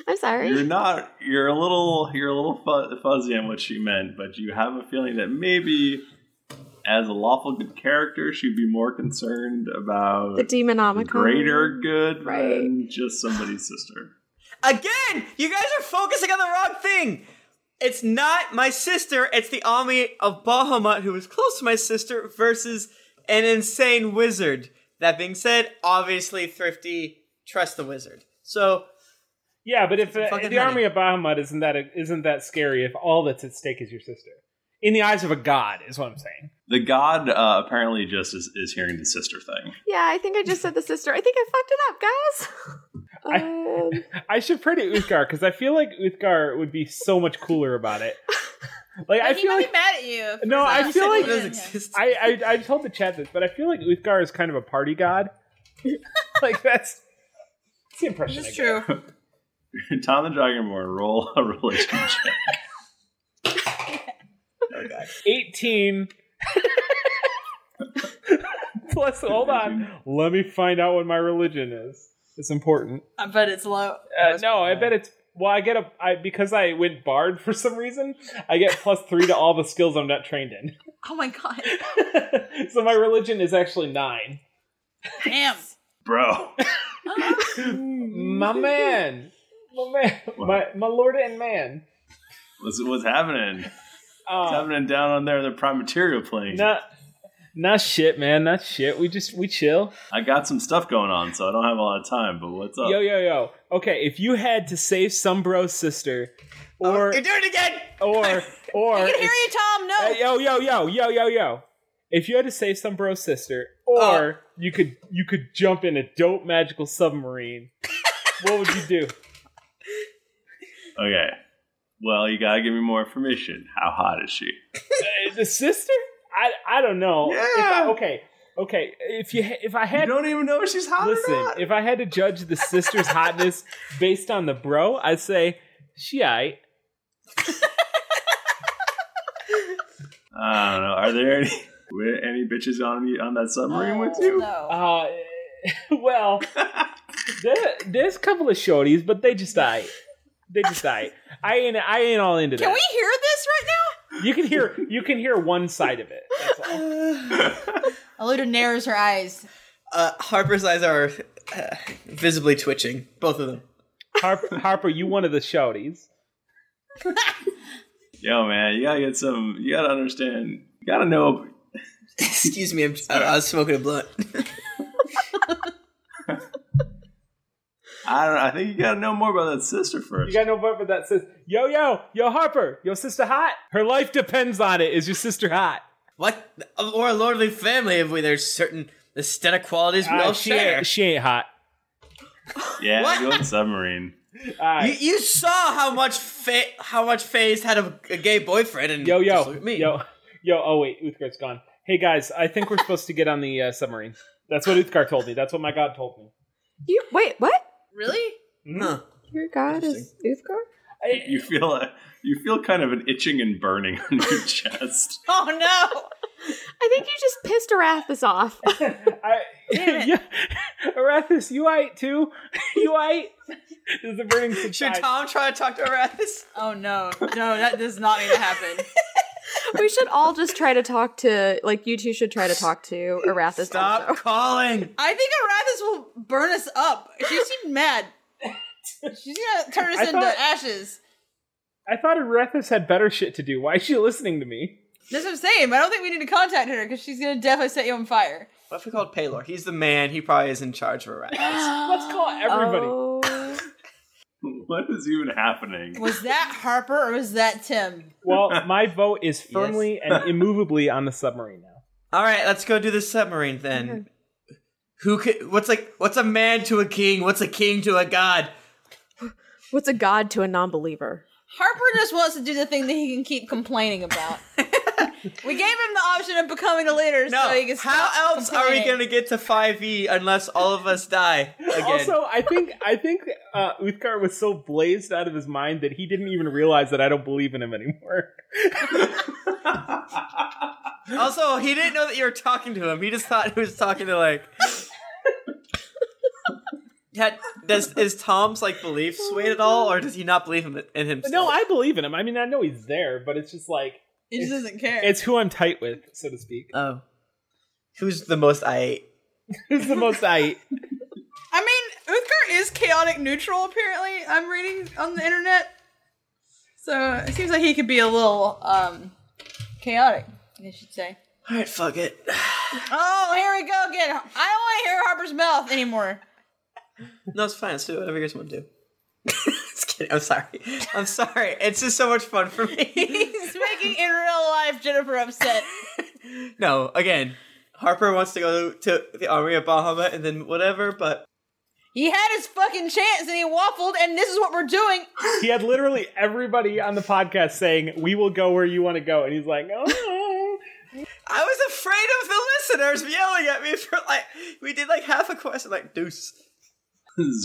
E: I'm sorry.
A: You're not. You're a little. You're a little fu- fuzzy on what she meant, but you have a feeling that maybe, as a lawful good character, she'd be more concerned about
E: the
A: the
E: Demonomicon.
A: greater good than
E: Right.
A: just somebody's sister.
D: again. You guys are focusing on the wrong thing. It's not my sister. It's the army of Bahamut who is close to my sister versus an insane wizard. That being said, obviously thrifty trust the wizard. So
B: Yeah, but if uh,
D: Fucking
B: the
D: honey.
B: army of Bahamut isn't that isn't that scary if all that's at stake is your sister. In the eyes of a god, is what I'm saying.
A: The god uh, apparently just is, is hearing the sister thing.
E: Yeah, I think I just said the sister. I think I fucked it up, guys. um,
B: I should pray to Uthgar because I feel like Uthgar would be so much cooler about it. Like I
C: he
B: feel
C: might
B: like
C: be mad at you. for
B: No, I
C: saying
B: feel
C: you
B: like-
C: didn't.
D: Doesn't exist.
B: I, I I told the chat this, but I feel like Uthgar is kind of a party god. like that's, that's the impression.
C: This is
B: I get.
C: true.
A: Tom the Dragonborn, roll a religion check.
B: Eighteen. Plus, hold on. Let me find out what my religion is. It's important.
C: I bet it's low.
B: Uh, no, I bet it's. Well, I get a I, because I went bard for some reason. I get plus three to all the skills I'm not trained in.
C: Oh my god.
B: so my religion is actually nine.
C: Damn.
A: Bro,
B: My man, my man, my my lord and man.
A: what's, what's happening? What's
B: Uh,
A: happening down on there in the prime material plane?
B: not not shit, man. Not shit. We just we chill.
A: I got some stuff going on, so I don't have a lot of time. But what's up?
B: Yo yo yo. Okay, if you had to save some bro's sister, or
D: Oh, you're doing it again.
B: or or
C: Uh, I can hear
B: if-
C: you, Tom. No.
B: Hey, yo yo yo yo yo yo. If you had to save some bro's sister,
C: Uh.
B: or you could you could jump in a dope magical submarine, what would you do?
A: Okay. Well, you gotta give me more information. How hot is she?
B: Uh, The sister? I I don't know. If I-
A: Yeah.
B: okay. Okay. If you ha- if I
A: You
B: had
A: don't even know if she's hot or
B: Listen,
A: not.
B: if I had to judge the sister's hotness based on the bro, I'd say she aight.
A: I don't know. Are there any were any bitches on you- on that submarine with you?
C: No.
B: Uh, well, there, there's a couple of shorties, but they just aight. They just aight. I ain't I ain't all into
C: Can
B: that.
C: we hear this right now?
B: You can hear you can hear one side of it. That's all.
C: Aluda narrows her eyes.
D: Uh, Harper's eyes are uh, visibly twitching, both of them.
B: Harper, Harper, you one of the shorties.
A: Yo, man, you gotta get some. You gotta understand. You gotta know.
D: Excuse me, I'm, I, I was smoking a blunt.
A: I don't. know, I think you gotta know more about that sister first.
B: You got no part but that says, "Yo, yo, yo, Harper, your sister hot. Her life depends on it. Is your sister hot?"
D: what? Or a lordly family, if we, there's certain aesthetic qualities we
B: Ah,
D: all
B: she
D: share.
B: ain't, she ain't hot.
A: yeah,
D: What?
A: go with submarine.
B: All
D: you,
B: right.
D: you saw how much fa- how much Faze had a, a gay boyfriend, and
B: Yo,
D: just
B: yo,
D: look at me.
B: yo, yo. Oh wait, Uthgar's gone. Hey guys, I think we're supposed to get on the uh, submarine. That's what Uthgar told me. That's what my god told me.
E: you wait, what?
C: Really?
D: Huh.
E: Your god is Uthgar?
A: You, you feel a, you feel kind of an itching and burning on your chest.
C: Oh no.
E: I think you just pissed Arathis off.
B: I,
C: Damn
B: yeah, Arathis, you ate too. you ate. This is a burning
D: Should
B: subside.
D: Tom try to talk to Arathis?
C: Oh no. No, that does not need to happen.
E: we should all just try to talk to like you two should try to talk to Arathis
D: Stop
E: also.
D: calling.
C: I think Arathis will burn us up. She seemed mad. She's gonna turn us
B: I
C: into
B: thought-
C: ashes.
B: I thought Arathis had better shit to do. Why is she listening to me?
C: That's what I'm saying. But I don't think we need to contact her because she's gonna definitely set you on fire.
D: What if we called Paylor? He's the man. He probably is in charge of Arathis.
B: Let's call everybody.
E: Oh,
A: What is even happening?
C: Was that Harper or was that Tim?
B: Well, my vote is firmly and immovably on the submarine now.
D: All right, let's go do the submarine then. Who could? What's like? What's a man to a king? What's a king to a god?
E: What's a god to a non-believer?
C: Harper just wants to do the thing that he can keep complaining about. we gave him the option of becoming a leader
D: No.
C: so he can stop
D: How else are we
C: complaining.
D: gonna get to five E unless all of us die again?
B: Also, I think I think uh, Uthgar was so blazed out of his mind that he didn't even realize that I don't believe in him anymore.
D: Also, he didn't know that you were talking to him. He just thought he was talking to like. Had, does is Tom's like belief swayed at all, or does he not believe him in him?
B: No, I believe in him. I mean, I know he's there, but it's just like
C: He just doesn't care.
B: it's who I'm tight with, so to speak.
D: Oh, who's the most I?
B: who's the most I?
C: I mean, Uthgar is chaotic neutral, apparently, I'm reading on the internet. So it seems like he could be a little um, chaotic, I should say.
D: All right, fuck it.
C: Oh, here we go again. I don't want to hear Harper's mouth anymore.
D: No, it's fine. Let's do whatever you guys want to do. just kidding. I'm sorry. I'm sorry. It's just so much fun for me.
C: He's making in real life Jennifer upset.
D: no, again, Harper wants to go to the army of Bahama and then whatever, but
C: He had his fucking chance and he waffled, and this is what we're doing.
B: He had literally everybody on the podcast saying, "We will go where you want to go," and he's like, "Oh."
D: I was afraid of the listeners yelling at me for like we did like half a question, like deuce.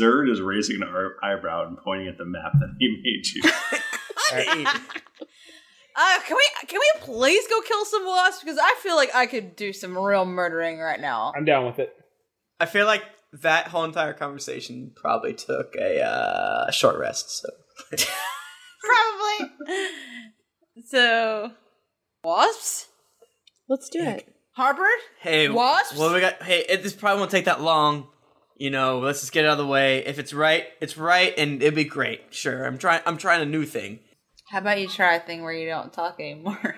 A: Zerd is raising an ar- eyebrow and pointing at the map that he made you.
C: Uh, can we can we please go kill some wasps? Because I feel like I could do some real murdering right now.
B: I'm down with it.
D: I feel like that whole entire conversation probably took a uh, short rest. So
C: Probably. so, wasps.
E: Let's do it.
C: Harper.
D: hey,
C: wasps.
D: Well, we got hey. It, this probably won't take that long. You know, let's just get it out of the way. If it's right, it's right, and it'd be great. Sure, I'm trying. I'm trying a new thing.
C: How about you try a thing where you don't talk anymore?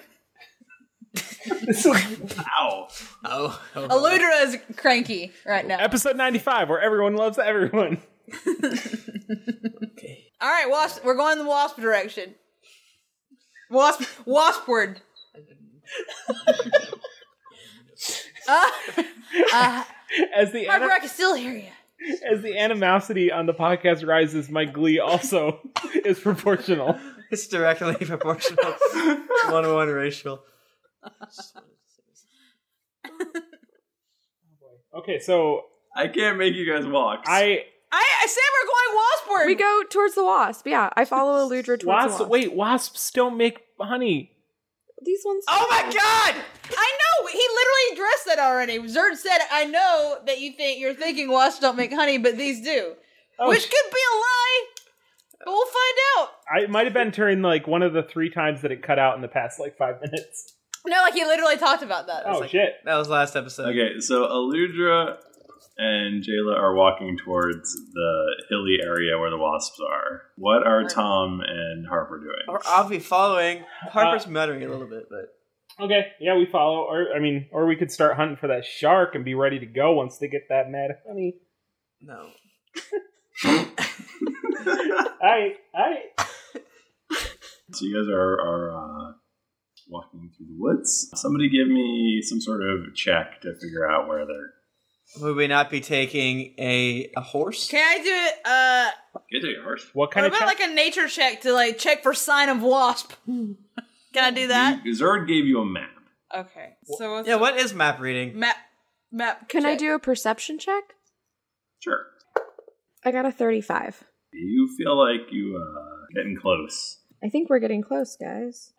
A: Ow.
D: Oh,
C: Aludra is cranky right now.
B: Episode 95, where everyone loves everyone.
C: All right, wasp. We're going the wasp direction. Wasp. Waspward. uh, uh,
B: As the
C: Harper,
B: ana-
C: I can still hear you.
B: as the animosity on the podcast rises, my glee also is proportional.
D: It's directly proportional. One to one racial.
B: Okay, so
A: I can't make you guys walk.
B: I
C: I, I said we're going waspward.
E: We go towards the wasp. Yeah, I follow Eludra towards the
B: wasps.
E: wasp.
B: Wait, wasps don't make honey.
E: These ones.
D: Oh my god!
C: I know he literally addressed that already. Zerd said, "I know that you think you're thinking wasps don't make honey, but these do,"
B: Oh.
C: which could be a lie, but we'll find out.
B: Oh, I it might have been during like one of the three times that it cut out in the past like five minutes.
C: No, like he literally talked about that.
B: Oh shit!
D: That was last episode.
A: Okay, so Aludra and Jayla are walking towards the hilly area where the wasps are. What are Tom and Harper doing?
D: Or I'll be following. Harper's muttering a little bit, but
B: Okay, yeah, we follow. Or I mean, or we could start hunting for that shark and be ready to go once they get that mad honey.
D: no.
B: I I
A: So you guys are, are uh, walking through the woods. Somebody give me some sort of check to figure out where they're.
D: Would we not be taking a a horse?
C: Can I do it? Uh,
A: Get to your horse.
B: what kind
C: what
B: of
C: about
B: check?
C: like a nature check to like check for sign of wasp? Can I do that?
A: Zerd gave you a map.
C: Okay. So what's
D: Yeah, what is map reading?
C: map? Map.
E: Can I
C: check.
E: do a perception check?
A: Sure.
E: I got a 35.
A: You feel like you uh getting close.
E: I think we're getting close, guys.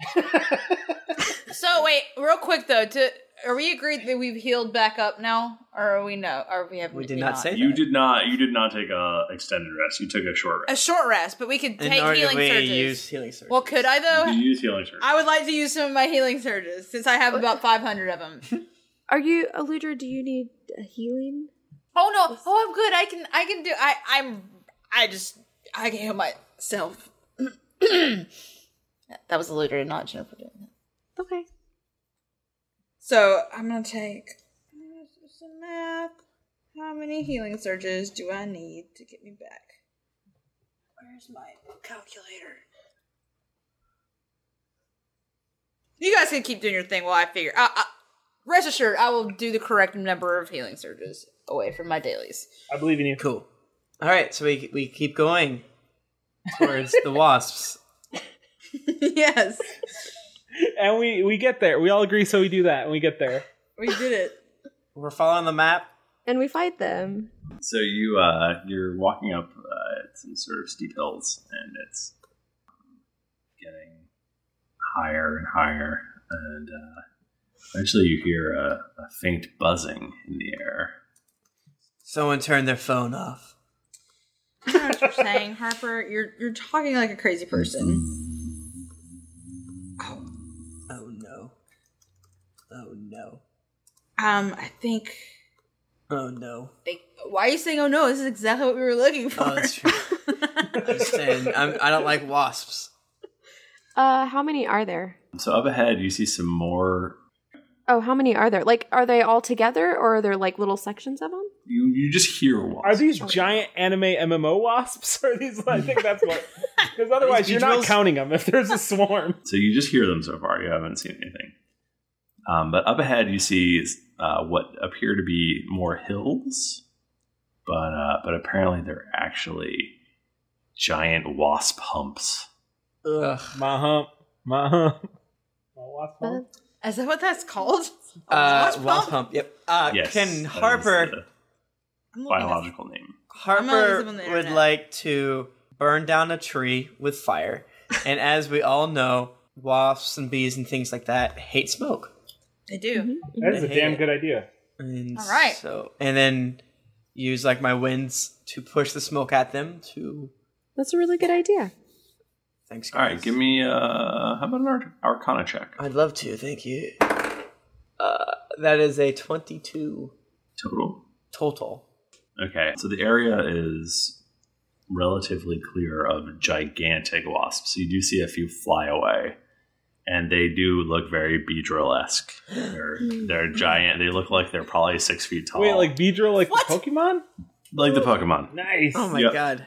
C: So wait, real quick though. To are we agreed that we've healed back up now, or are we no? Or we have
D: We did not say that.
A: You did not. You did not take a extended rest. You took a short
C: a
A: rest.
C: short rest, but we could
D: And
C: take healing
D: arguably
C: surges.
D: use healing surges.
C: Well, could I
A: You
C: though?
A: use healing surge.
C: I would like to use some of my healing surges since I have about 500 of them.
E: Are you, Eludra, do you need a healing?
C: oh no! Oh, I'm good. I can. I can do. I. I'm. I just. I can heal myself. that was a looter, not Jennifer doing that.
E: Okay.
C: So I'm gonna take I'm gonna do some math. How many healing surges do I need to get me back? Where's my calculator? You guys can keep doing your thing while I figure. I, I, rest assured, I will do the correct number of healing surges away from my dailies.
D: I believe in you. Cool. All right, so we we keep going towards the wasps.
C: yes,
B: and we we get there. We all agree, so we do that, and we get there.
C: we did it.
D: We're following the map.
E: And we fight them.
A: So you uh, you're walking up uh, some sort of steep hills, and it's getting higher and higher, and uh, eventually you hear a, a faint buzzing in the air.
D: Someone turned their phone off.
C: I know what you're saying, Harper. You're you're talking like a crazy person.
D: Oh no. Oh no.
C: Um, I think.
D: Oh no.
C: They, why are you saying? Oh no, this is exactly what we were looking for.
D: Oh, that's true. I'm just saying, I'm, I don't like wasps.
E: Uh, how many are there?
A: So up ahead, you see some more.
E: Oh, how many are there? Like, are they all together, or are there like little sections of them?
A: You you just hear wasps.
B: Are these giant anime MMO wasps? Are these? I think that's what. Because otherwise, you're not
A: beedrills-
B: counting them. If there's a swarm,
A: So you just hear them so far. You haven't seen anything. Um, but up ahead, you see uh, what appear to be more hills, but uh, but apparently they're actually giant wasp humps.
D: Ugh.
C: Oh,
B: my hump, my hump.
C: Is that what that's called?
D: Uh, wasp hump. Yep. Uh,
A: Yes,
D: can
A: that is
D: Harper
A: Biological name.
C: I'm gonna look this up
D: Harper
C: on the
D: would
C: internet.
D: like to burn down a tree with fire, and as we all know, wasps and bees and things like that hate smoke.
C: They do.
B: That is a damn good idea.
D: And
C: All right.
D: So and then use like my winds to push the smoke at them. To
E: That's a really good idea.
D: thanks.
A: All right, give me uh, how about an Ar- Arcana check?
D: I'd love to. Thank you. Uh, that is a twenty-two
A: Total.
D: total.
A: Okay, so the area is relatively clear of gigantic wasps. You do see a few fly away, and they do look very Beedrill esque. They're, they're giant. They look like they're probably six feet tall.
B: Wait, like Beedrill, like the Pokemon?
A: like the Pokemon.
B: Nice.
D: Oh my
A: Yep.
D: god.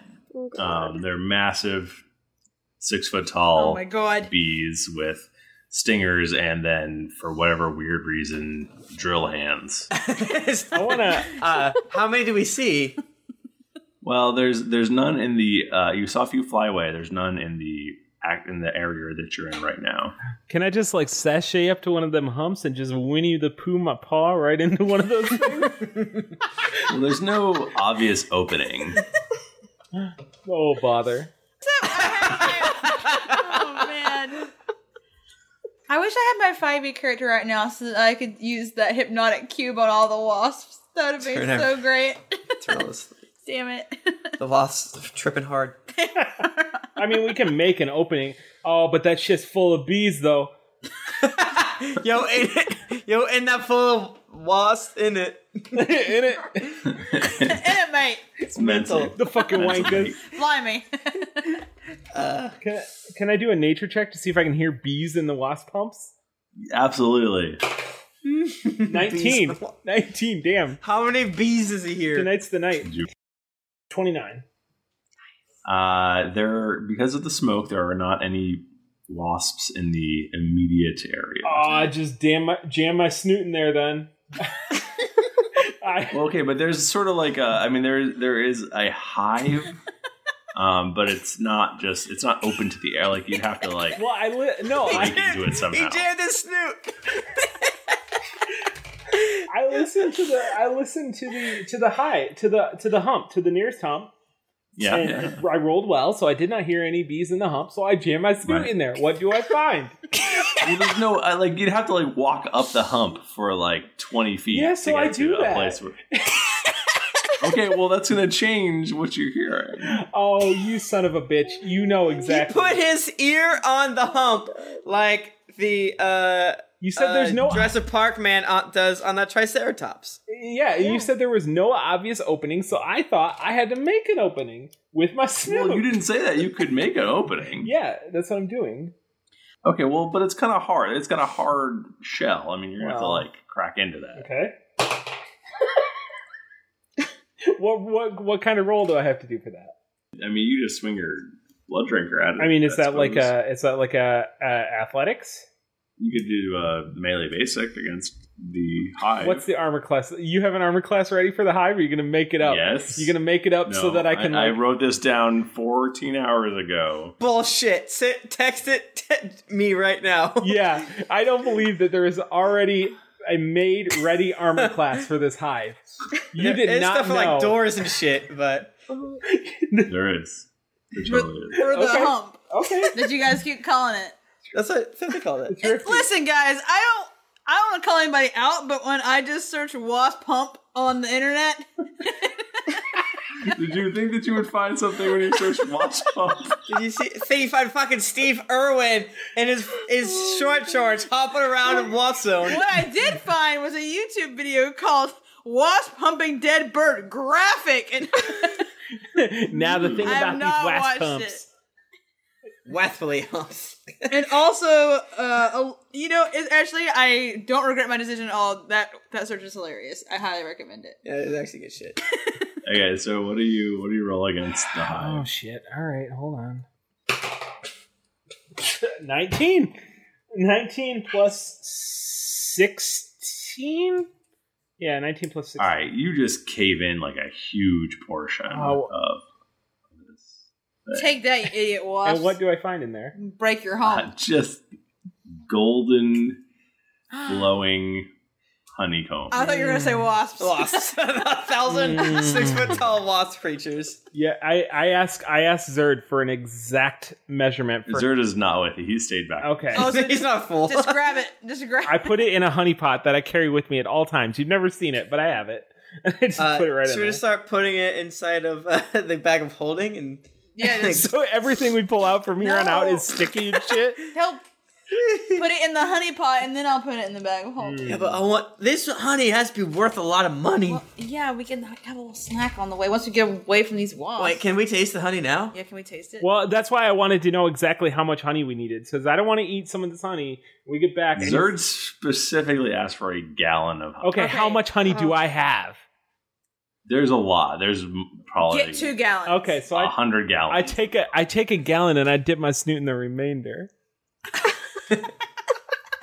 A: Um, they're massive, six foot tall
C: Oh my god.
A: bees with stingers, and then for whatever weird reason, drill hands.
B: I wanna.
D: uh, how many do we see?
A: Well, there's there's none in the uh, you saw a few fly away. There's none in the act in the area that you're in right now.
B: Can I just like sashay up to one of them humps and just Winnie the Pooh my paw right into one of those? things?
A: Well, there's no obvious opening.
B: oh bother!
C: Oh man. I wish I had my 5e character right now so that I could use that hypnotic cube on all the wasps. That would have been
D: Turn
C: so great.
D: Turtles.
C: Damn it.
D: The wasps are tripping hard.
B: I mean, we can make an opening. Oh, but that shit's full of bees though.
D: Yo, ain't it? Yo, ain't that full of wasps in it?
B: In it,
C: And it, mate.
A: It's mental.
B: the fucking wankas.
C: Blimey.
B: Can I, can I do a nature check to see if I can hear bees in the wasp humps?
A: Absolutely.
B: 19.
D: Bees.
B: 19, damn.
D: How many bees is he here?
B: Tonight's the night. 29.
A: Uh, there, because of the smoke, there are not any wasps in the immediate area.
B: Aw, Ah, just damn my, jam my snoot in there then. I,
A: Well, okay, but there's sort of like a. I mean, there there is a hive, um, but it's not just it's not open to the air. Like you'd have to like
B: well, I li- no,
A: break
B: I,
A: into it somehow.
D: this snoot.
B: I listened to the I listened to the to the high to the to the hump to the nearest hump.
A: Yeah,
B: and
A: yeah.
B: I rolled well, so I did not hear any bees in the hump. So I jammed my snoot
A: Right.
B: in there. What do I find?
A: Well, there's no I, like you'd have to like walk up the hump for like 20 feet.
B: Yeah,
A: to
B: so
A: get
B: I
A: to
B: do
A: a
B: that.
A: Place where... okay, well that's gonna change what you're hearing.
B: Oh, you son of a bitch! You know
D: He
B: exactly.
D: put his ear on the hump like the uh,
B: you said there's
D: uh,
B: no
D: Jurassic Park man uh, does on that Triceratops.
B: Yeah, you said there was no obvious opening, so I thought I had to make an opening with my snoot.
A: Well, you didn't say that. You could make an opening.
B: Yeah, that's what I'm doing.
A: Okay, well, but it's kind of hard. It's got a hard shell. I mean, you're gonna
B: Well.
A: have to like crack into that.
B: Okay. what what what kind of role do I have to do for that?
A: I mean, you just swing your blood drinker at it.
B: I mean, is
A: I
B: that like
A: suppose.
B: a? Is that like a, a athletics?
A: You could do uh, melee basic against the high.
B: What's the armor class? You have an armor class ready for the hive? Or are you going to make it up?
A: Yes.
B: You're going to make it up so that I can.
A: I
B: like-
A: wrote this down 14 hours ago.
D: Bullshit. Sit, text it to me right now.
B: yeah, I don't believe that there is already a made ready armor class for this hive. You did
D: it's
B: not
D: stuff for,
B: know.
D: like doors and shit, but
A: there is. There totally is.
C: Or the
D: Okay.
C: hump.
B: Okay.
C: That you guys keep calling it.
D: That's what Fifty called it.
C: Listen, guys, I don't I don't want to call anybody out, but when I just search wasp hump on the internet,
A: Did you think that you would find something when you search watch pump?
D: Did you see? Think you find fucking Steve Irwin and his his short shorts hopping around in Wasp Zone.
C: what I did find was a YouTube video called "Wasp Humping Dead Bird" graphic, and
B: now the thing
C: I have
B: about
C: not
B: these wasp
C: watched
B: pumps.
D: Wathfully humps.
C: and also, uh, a- you know, it, actually, I don't regret my decision at all. That that search is hilarious. I highly recommend it.
D: Yeah, it's actually good shit.
A: Okay, so what do you what do you roll against the
B: Oh
A: hive?
B: shit! All right, hold on. Nineteen. 19 plus 16? Yeah, 19 plus 16.
A: All right, you just cave in like a huge portion
B: Oh.
A: of
C: Take that, you idiot wasp!
B: And what do I find in there?
C: Break your home.
A: uh, just golden glowing honeycomb.
B: Uh,
C: I thought you were gonna say Mm. wasps.
D: Wasps. a
B: Hmm.
D: thousand six foot tall wasp creatures.
B: Yeah, I, I ask I asked Zerd for an exact measurement for
A: Zerd is not with you. He stayed back.
B: Okay.
C: Oh, so
D: He's
C: just,
D: not full.
C: just grab it. Just grab.
B: I put it in a honey pot that I carry with me at all times. You've never seen it, but I have it. I just
D: Uh,
B: put it right
D: should
B: in
D: we
B: there.
D: just start putting it inside of uh, the bag of holding and
C: Yeah, just
B: So everything we pull out from here on out
C: No.
B: is sticky and shit.
C: help. Put it in the honey pot, and then I'll put it in the bag of holding.
B: Mm.
D: Yeah, but I want this honey has to be worth a lot of money.
C: Well, yeah, we can have a little snack on the way once we get away from these walls.
D: Wait, can we taste the honey now?
C: yeah, can we taste it?
B: Well, that's why I wanted to know exactly how much honey we needed, because I don't want to eat some of this honey. We get back. and-
A: Zerd specifically asked for a gallon of honey.
B: Okay, how
C: Okay.
B: much honey do
C: Oh.
B: I have?
A: There's a lot. There's m- probably
C: Get two gallons.
B: Okay, so
A: a
B: I,
A: hundred
B: I
A: gallons.
B: take a I take a gallon and I dip my snoot in the remainder.
D: Are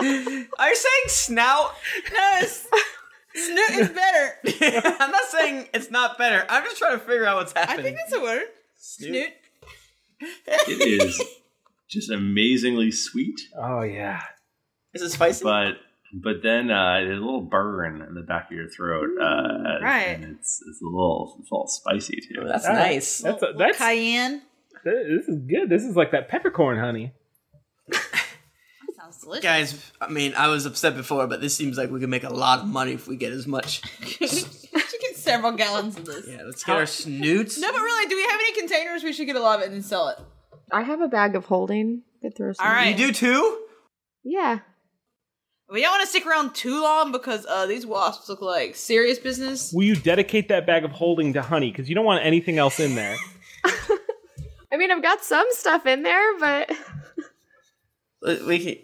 D: you saying snout?
C: No, it's, snoot is better.
D: I'm not saying it's not better. I'm just trying to figure out what's
C: I
D: happening.
C: think that's a word. Snoot.
A: it is just amazingly sweet,
B: Oh yeah.
D: Is it spicy?
A: but but then uh, there's a little burn in the back of your throat. Uh,
C: Right.
A: And it's it's a little it's a little spicy too.
D: Oh, that's
B: All right.
D: nice.
B: That's a,
C: Little
B: that's
C: cayenne.
B: this is good. This is like that peppercorn honey.
C: That sounds delicious.
D: Guys, I mean, I was upset before, but this seems like we can make a lot of money if we get as much.
C: you should get several gallons of this.
D: Yeah, let's get our snoots.
C: No, but really, do we have any containers? We should get a lot of it and then sell it.
E: I have a bag of holding that throws.
C: All right.
D: You do too?
E: Yeah.
C: We don't want to stick around too long because uh, these wasps look like serious business.
B: Will you dedicate that bag of holding to honey? Because you don't want anything else in there.
E: I mean, I've got some stuff in there, but
D: We Uh, we can.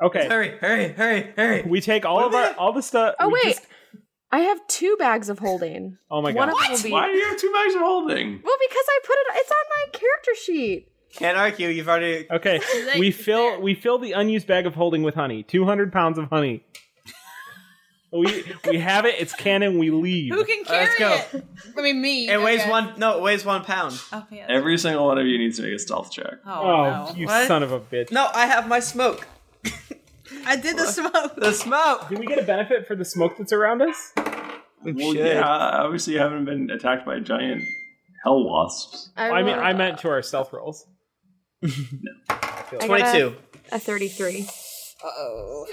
B: Okay.
D: Hurry, hurry, hurry, hurry.
B: We take all of our all the stuff.
E: oh
B: we
E: wait,
B: just-
E: I have two bags of holding.
B: oh my
E: One
B: god.
E: of them will be
A: Why do you have two bags of holding?
E: well because I put it. It's on my character sheet.
D: Can't argue. You've already.
B: Okay.
C: Like,
B: We
C: it's
B: fill
C: there.
B: we fill the unused bag of holding with honey. Two hundred pounds of honey. We we have it. It's canon. We leave.
C: Who can carry
D: Alright, let's
C: it? I mean, me.
D: It weighs
C: okay.
D: one. No, it weighs one pound.
C: Oh, yeah, that's-
A: Every single one of you needs to make a stealth check.
C: oh,
B: Oh,
C: no.
B: you
D: What?
B: son of a bitch!
D: No, I have my smoke.
C: I did the smoke.
D: The smoke.
B: Do we get a benefit for the smoke that's around us?
A: Well, yeah, obviously you haven't been attacked by giant hell wasps.
B: I mean,
E: rolled
B: I meant to our stealth rolls.
E: I got a-
D: Twenty-two.
E: a thirty-three.
C: Uh-oh.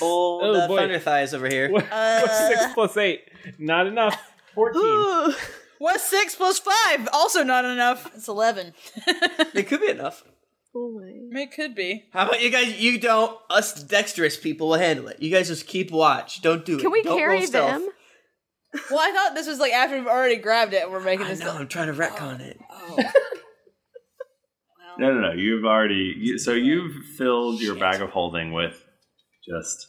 D: Oh,
B: Oh,
D: the
B: boy.
D: thunder thighs over here.
B: What- what's six plus eight? Not enough. Fourteen.
C: What's six plus five? Also not enough. It's eleven.
D: It could be enough.
E: Oh my.
C: it could be.
D: How about you guys? You don't. Us dexterous people will handle it. You guys just keep watch. Don't do it.
E: Can we
D: Don't roll
E: carry
D: stealth.
E: them?
C: Well, I thought this was like after we've already grabbed it and we're making
D: I
C: this.
D: know. I'm trying to retcon it.
A: No, no, no. You've already you, so you've filled your bag of holding with just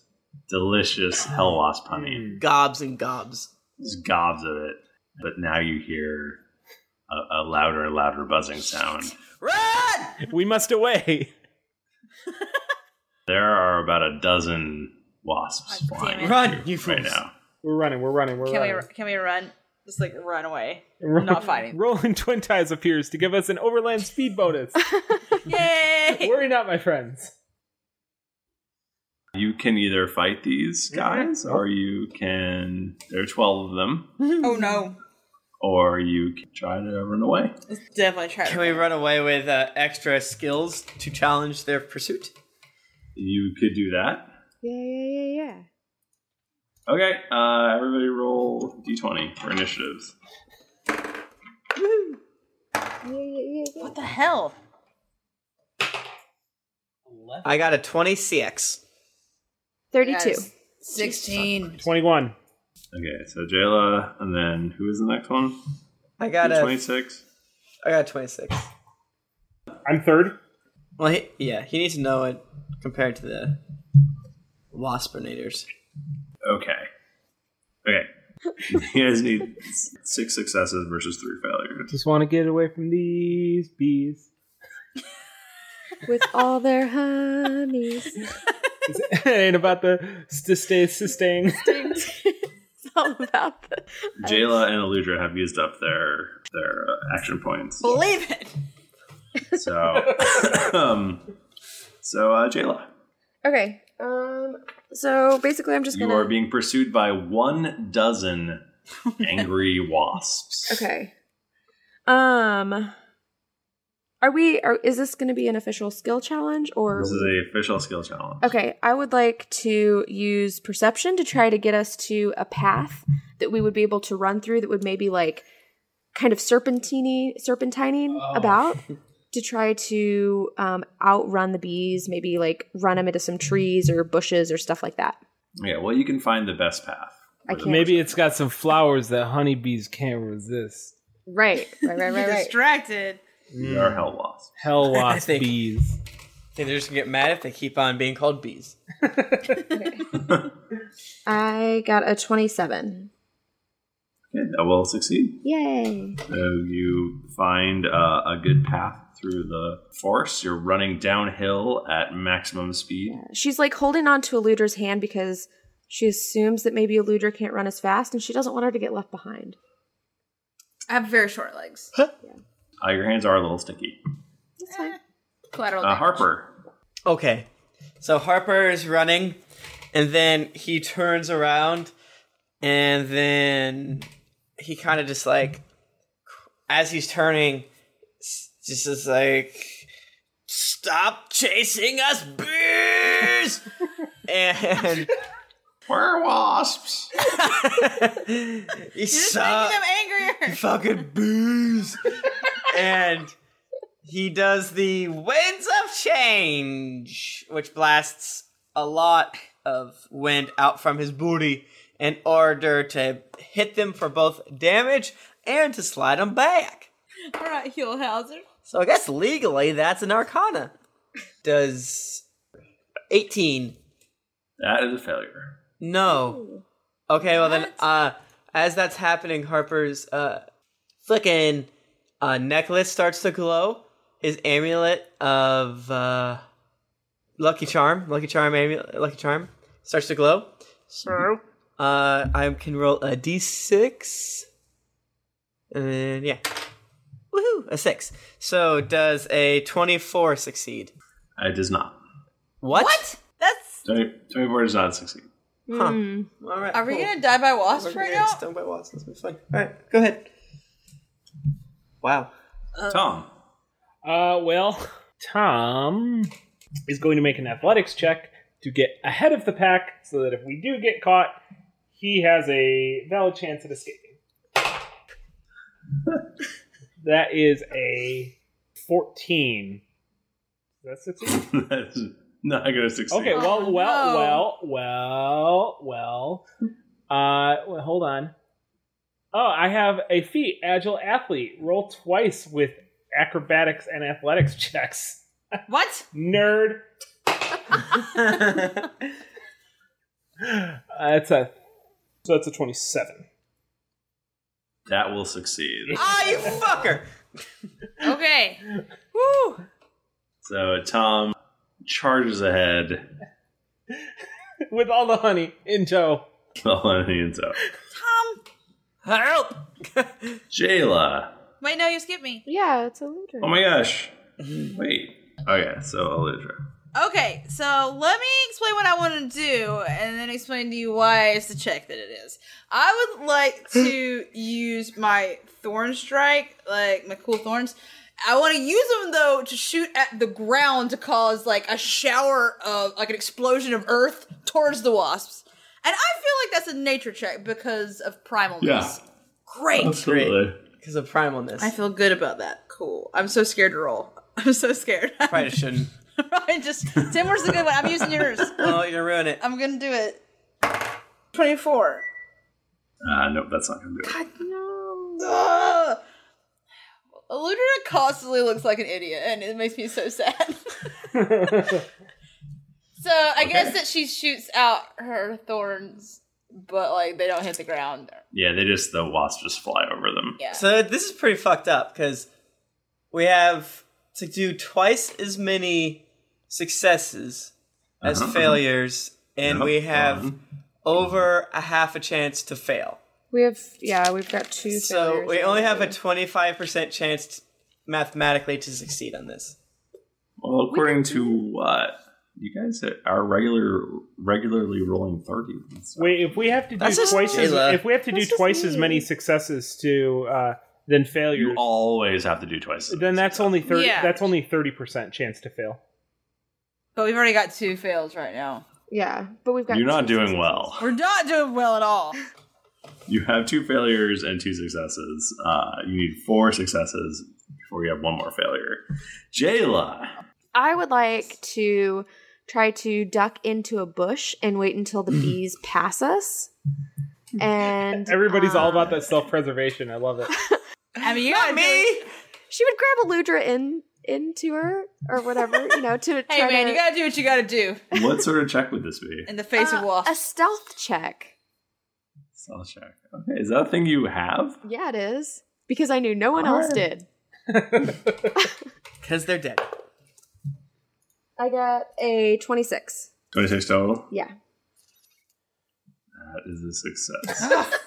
A: delicious hell wasp
D: Mm.
A: honey,
D: Gobs and gobs.
A: just gobs of it. But now you hear a, a louder and louder buzzing sound.
B: We must away.
A: There are about a dozen wasps flying
C: it.
A: Run,
C: Run,
A: you right now.
B: We're running. We're running. We're
C: Can we
B: running.
C: can we run? Just like run away.
B: Ro-
C: Not fighting.
B: Roland Twin Ties appears to give us an overland speed bonus.
C: Yay!
B: Worry not, my friends.
A: You can either fight these guys, or you can. There are twelve of them,
C: oh no!
A: or you can try to run away.
C: Let's definitely try.
D: Can we run away with uh, extra skills to challenge their pursuit?
A: You could do that.
E: Yeah, yeah, yeah, yeah.
A: Okay, uh, everybody roll d20 for initiatives.
C: What the hell?
D: I got a 20 CX.
E: 32.
C: Yes. Sixteen.
B: 21.
A: Okay, so Jayla, and then who is the next one?
D: I got a
A: 26.
D: I got a 26.
B: I'm third.
D: Well, he, yeah, he needs to know it compared to the waspinators.
A: Okay. Okay. you guys need six successes versus three failures.
B: Just want to get away from these bees.
E: With all their honeys.
B: and about the to stay sustain.
E: It's all about the.
A: Jayla and Aludra have used up their their uh, action points.
C: Believe it.
A: So, um, so uh, Jayla,
E: Okay. Um. So basically, I'm just
A: you
E: gonna.
A: are being pursued by one dozen angry wasps.
E: okay. Um. Are we? Are, is this going to be an official skill challenge or?
A: This is a official skill challenge.
E: Okay, I would like to use perception to try to get us to a path that we would be able to run through that would maybe like kind of serpentini serpentining about to try to um, outrun the bees, maybe like run them into some trees or bushes or stuff like that.
A: Yeah. Well, you can find the best path.
E: I can't.
B: Maybe it's got some flowers that honeybees can't resist.
E: Right, right, right, right,
C: You're
E: right.
C: distracted.
A: They are hell wasps.
B: Hell
D: I
B: wasp
D: think-
B: bees.
D: I think they're just gonna get mad if they keep on being called bees.
E: I got a 27.
A: Yeah, that will succeed.
E: Yay.
A: So you find uh, a good path through the forest. You're running downhill at maximum speed.
E: She's like holding on to Eluder's hand because she assumes that maybe Eluder can't run as fast and she doesn't want her to get left behind.
C: I have very short legs.
A: Uh, your hands are a little sticky.
E: That's fine.
C: Collateral.
A: Uh,
C: damage.
A: Harper,
D: Okay, so Harper is running, and then he turns around, and then he kind of just like, as he's turning, s- just is like, "Stop chasing us, bees!" and
A: we're wasps.
D: he
C: You're just
D: sucks.
C: making them angrier.
D: fucking booze. and he does the winds of change, which blasts a lot of wind out from his booty in order to hit them for both damage and to slide them back.
C: All right, Hulhauser.
D: So I guess legally that's an arcana. Does 18
A: That is a failure.
D: No. Okay, well then, uh, as that's happening, Harper's uh, flicking uh, necklace starts to glow. His amulet of uh, lucky charm, lucky charm, amulet, lucky charm starts to glow. So uh, I can roll a d6, and then yeah, woohoo, a six. So does a twenty-four succeed?
A: It does not.
D: What?
C: That's.
A: 20, 24 does not succeed.
D: Huh. All right.
C: Are we
D: cool.
C: gonna die by wasps right
D: Yeah,
C: now?
D: stung by wasps. That's been fun. All right, go ahead. Wow.
A: Tom,
B: Uh, well, Tom is going to make an athletics check to get ahead of the pack so that if we do get caught, he has a valid chance at escaping. that is a 14. That's a two.
A: that is not going to succeed.
B: Okay, well,
C: Oh,
B: well,
C: no.
B: well, well, well. Uh, well, hold on. Oh, I have a feat, agile athlete. Roll twice with acrobatics and athletics checks.
C: What?
B: Nerd. Uh, that's a so that's a twenty-seven.
A: That will succeed.
D: Ah, you fucker!
C: Okay.
D: Woo!
A: So Tom charges ahead.
B: with all the honey in tow.
A: All hands up.
D: Help!
A: Jayla.
C: Wait, no, you skipped me.
E: Yeah, it's a looter.
A: Oh my gosh. Wait. Okay, so Aludra.
C: Okay, so let me explain what I want to do and then explain to you why it's the check that it is. I would like to use my thorn strike, like my cool thorns. I want to use them though to shoot at the ground to cause like a shower of like an explosion of earth towards the wasps. And I feel like that's a nature check because of primalness. Great.
D: Absolutely. Because of primalness.
C: I feel good about that. Cool. I'm so scared to roll. I'm so scared.
D: Probably shouldn't.
C: I just Tim, where's the good one? I'm using yours.
D: Oh, you're gonna ruin it.
C: I'm gonna do it. Twenty-four.
A: Ah, nope, that's not gonna do it.
C: Ugh. Ludra constantly looks like an idiot, and it makes me so sad. so I guess that she shoots out her thorns, but like they don't hit the ground.
A: Yeah, they just the wasps just fly over them.
C: Yeah.
D: So this is pretty fucked up because we have to do twice as many successes as
A: Uh-huh.
D: failures, and
A: Yep.
D: we have over a half a chance to fail.
E: We have yeah, we've got two.
D: So
E: failures.
D: we only have a twenty-five percent chance t- mathematically to succeed on this.
A: Well, according to what? You guys are regular regularly rolling thirty.
B: Wait, if we have to do
A: That's just
B: twice as
A: Jayla.
B: if we have to
A: That's
B: do
A: just
B: twice as
A: me.
B: many successes to uh, than failures,
A: You always have to do twice.
B: then that's only thirty.
C: Yeah.
B: That's only thirty percent chance to fail.
C: But we've already got two fails right now.
E: Yeah, but we've
A: You're not doing well.
C: We're not doing well at all.
A: You have two failures and two successes. Uh, you need four successes before you have one more failure. Jayla.
E: I would like to try to duck into a bush and wait until the bees pass us. And uh,
B: Everybody's all about that self preservation. I love it.
C: I mean, you
E: got me. She would grab Aludra in into her or whatever, you know, to
C: Hey
E: try
C: man,
E: to-
C: you gotta do what you gotta do
A: What sort of check would this be?
C: in the face of wasps.
E: uh, a stealth check.
A: Stealth check. Okay, is that a thing you have?
E: Yeah, it is because I knew no one else did.
D: Because they're dead.
E: I got a twenty-six.
A: Twenty-six total.
E: Yeah.
A: That is a success.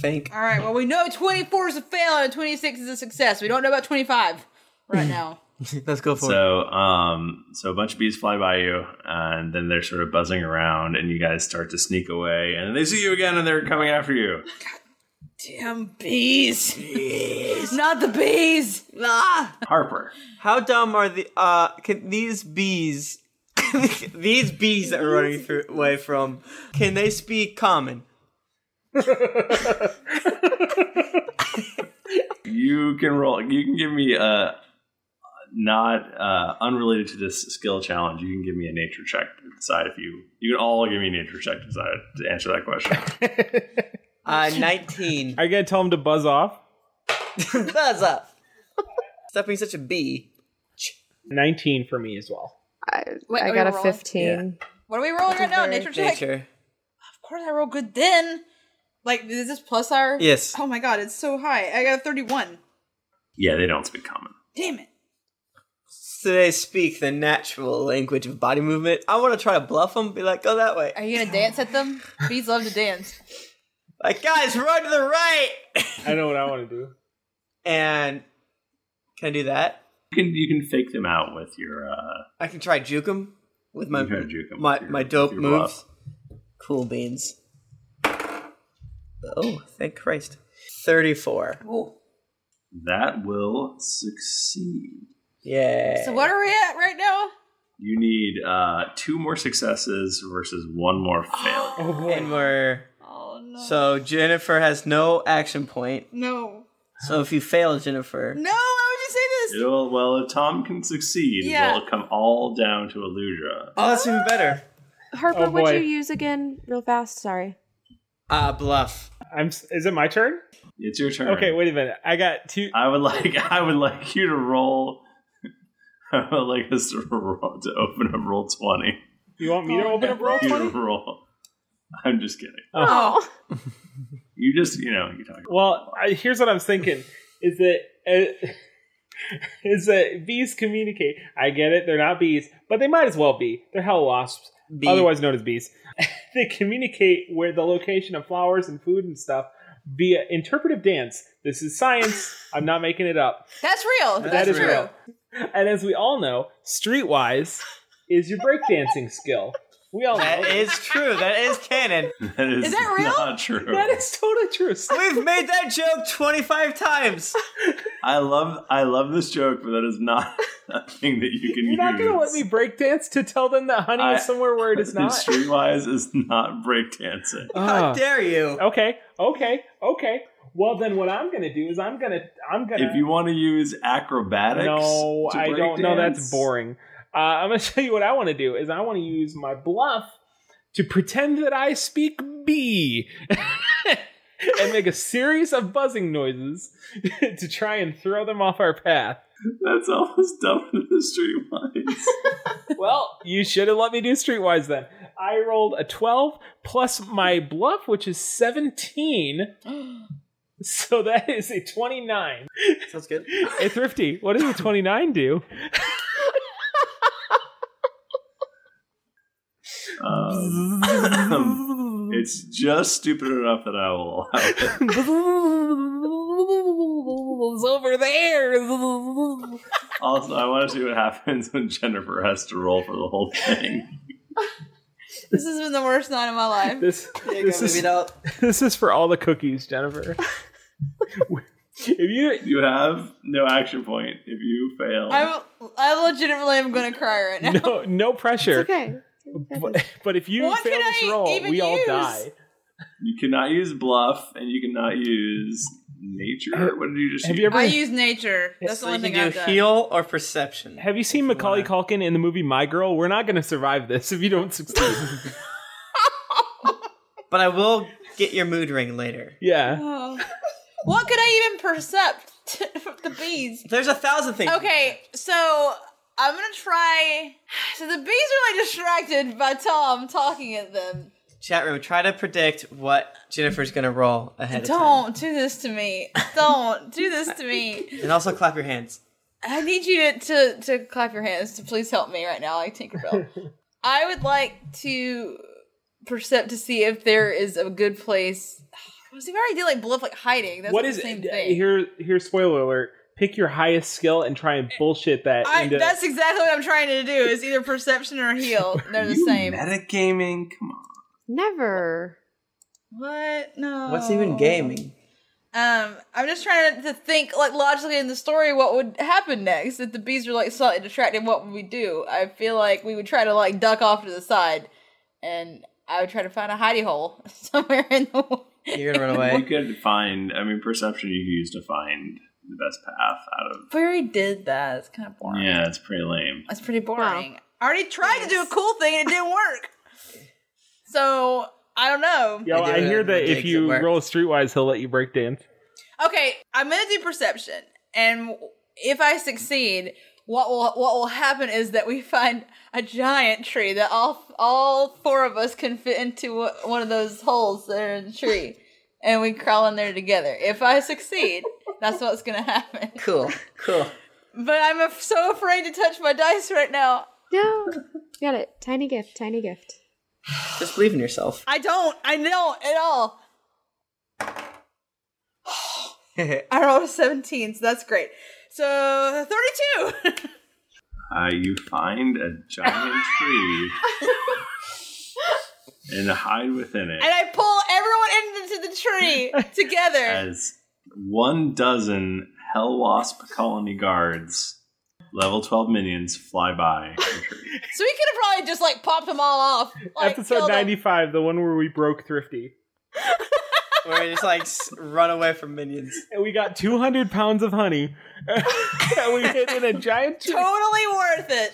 D: Thank.
C: All right. Well, we know 24 is a fail and 26 is a success. We don't know about 25 right now.
D: Let's go for
A: so, um, so a bunch of bees fly by you, and then they're sort of buzzing around, and you guys start to sneak away, and then they see you again, and they're coming after you.
C: Damn bees! Not the bees. Ah.
A: Harper.
D: How dumb are the uh can these bees these bees that we're running through, away from can they speak common?
A: You can roll. You can give me a not uh, unrelated to this skill challenge. You can give me a nature check to decide if you. You can all give me a nature check to decide to answer that question.
D: Uh nineteen.
B: Are you gonna tell him to buzz off?
D: Buzz up. Stop being such a bee.
B: Nineteen for me as well.
E: I,
C: Wait,
E: I
C: are
E: got
C: we
E: a
C: rolling?
E: fifteen.
C: What are we rolling right now? Nature check.
D: Nature.
C: Of course, I roll good. Then, like, is this plus hour?
D: Yes.
C: Oh my god, it's so high. I got a 31.
A: yeah, they don't speak common.
C: Damn it.
D: So they speak the natural language of body movement. I want to try to bluff them, be like, go that way.
C: Are you gonna dance at them? Bees love to dance.
D: Like, guys, run to the right.
B: I know what I want to do.
D: And can I do that?
A: You can you can fake them out with your. Uh,
D: I can try juke 'em with my
A: You can juke 'em
D: my
A: with your-
D: my dope
A: with your
D: moves. Cool beans. Oh, thank Christ. Thirty-four.
A: that will succeed.
D: Yeah.
C: So what are we at right now?
A: You need uh, two more successes versus one more failure.
B: Oh boy.
D: And we're
C: Oh no.
D: so Jennifer has no action point.
C: no.
D: So if you fail, Jennifer,
C: No. Why would you say this?
A: It'll, well, if Tom can succeed,
C: Yeah.
A: it'll come all down to Aludra.
D: oh, that's even better.
E: Harper,
B: Oh, boy.
E: what'd you use again, real fast? Sorry.
D: Ah, bluff.
B: I'm. s- Is it my turn?
A: It's your turn.
B: Okay, wait a minute. I got two.
A: I would like I would like you to roll. I would like us to roll to open up roll twenty.
B: Oh. You want me to open up roll
A: You to
B: twenty?
A: roll. I'm just kidding.
B: Oh.
A: You just, you know, you talk.
B: Well, I, here's what I'm thinking: is that uh, is that bees communicate? I get it; they're not bees, but they might as well be. They're hell wasps,
D: Bee.
B: otherwise known as bees. they communicate where the location of flowers and food and stuff via interpretive dance. This is science. I'm not making it up.
C: That's real.
B: That
C: That's
B: is
C: true.
B: real. And as we all know, streetwise is your breakdancing skill. We all know
D: That is true. That is canon.
A: That
B: is Is that real? not true. That is totally true.
D: We've made that joke 25 times.
A: I love, I love this joke, but that is not a thing that you can
B: You're
A: use.
B: not going to let me breakdance to tell them that honey
A: I-
B: is somewhere where it is not.
A: Streetwise is not breakdancing.
B: Ah.
D: dare you?
B: Okay, okay, okay. Well, then what I'm going to do is I'm going to I'm going to
A: If you want to use acrobatics,
B: No,
A: to
B: I don't. No, that's
A: breakdance,
B: boring. Uh, I'm going to show you what I want to do is I want to use my bluff to pretend that I speak bee and make a series of buzzing noises to try and throw them off our path.
A: That's almost dumb in the streetwise.
B: well, you should have let me do Streetwise then. I rolled a 12 plus my bluff, which is 17. So that is a 29.
D: Sounds good.
B: Hey, Thrifty, what does a 29 do?
A: Um, it's just stupid enough that I will allow it.
B: it's over there.
A: Also, I want to see what happens when Jennifer has to roll for the whole thing.
C: This has been the worst night of my life.
B: This,
D: There you
B: this,
D: go,
B: is,
D: baby doll.
B: this is for all the cookies, Jennifer. if you
A: You have no action point if you fail.
C: I, I legitimately am going to cry right now.
B: no, no pressure.
E: Okay.
B: But, but if you
C: What
B: fail
C: can
B: this
C: I
B: roll,
C: even
B: we all
C: use?
B: die.
A: you cannot use bluff, and you cannot use nature. What did you just
B: Have
A: use?
B: you ever
C: I use nature. That's
D: so
C: the
D: you
C: only
D: can
C: thing
D: do
C: I've done.
D: heal or perception.
B: Have you seen Macaulay Culkin in the movie My Girl? We're not going to survive this if you don't succeed.
D: But I will get your mood ring later.
B: yeah.
C: Oh. What could I even percept the bees?
D: There's a thousand things.
C: Okay, so I'm gonna try. So the bees are like distracted by Tom talking at them.
D: Chat room, try to predict what Jennifer's gonna roll ahead of time.
C: Don't do this to me. Don't do this to me.
D: And also clap your hands.
C: I need you to, to, to clap your hands to please help me right now, like Tinkerbell. I would like to percept to see if there is a good place. See, we already did like bluff, like hiding. That's
B: What
C: like
B: is
C: the same
B: it? uh,
C: thing.
B: Here, here. Spoiler alert. Pick your highest skill and try and bullshit that
C: I,
B: into.
C: that's exactly what I'm trying to do. Is either perception or heal. They're the
A: You
C: same.
A: Metagaming? Come on.
E: Never.
C: What? No.
D: What's even gaming?
C: Um, I'm just trying to think, like logically in the story, what would happen next if the bees were like slightly distracted. What would we do? I feel like we would try to like duck off to the side, and I would try to find a hidey hole somewhere in the. wa-
D: You're gonna run
A: You
D: away.
A: could find. I mean, perception you could use to find the best path out of.
C: We already did that. It's kind of boring.
A: Yeah, it's pretty lame.
C: That's pretty boring. I already tried to do a cool thing and it didn't work. so I don't know.
B: Yo,
D: I
B: I,
D: do
B: hear
D: have
B: that
D: gigs
B: if
D: at
B: you
D: work.
B: roll streetwise, he'll let you break dance.
C: Okay, I'm gonna do perception, and if I succeed, what will what will happen is that we find a giant tree that all all four of us can fit into o- one of those holes that are in the tree, and we crawl in there together. If I succeed, that's what's gonna happen.
D: Cool. Cool.
C: But I'm af- so afraid to touch my dice right now.
E: No. Got it. Tiny gift. Tiny gift.
D: Just believe in yourself.
C: I don't. I don't at all. I rolled a 17, so that's great. So 32.
A: Uh, you find a giant tree and hide within it
C: and I pull everyone in- into the tree together.
A: as one dozen hell wasp colony guards, level 12 minions, fly by. the tree.
C: so we could have probably just like popped them all off. Like,
B: Episode
C: Oh, killed them.
B: ninety-five, the one where we broke Thrifty,
D: Where you just like s- run away from minions.
B: and we got two hundred pounds of honey, and we hid in a giant tree.
C: Totally worth it.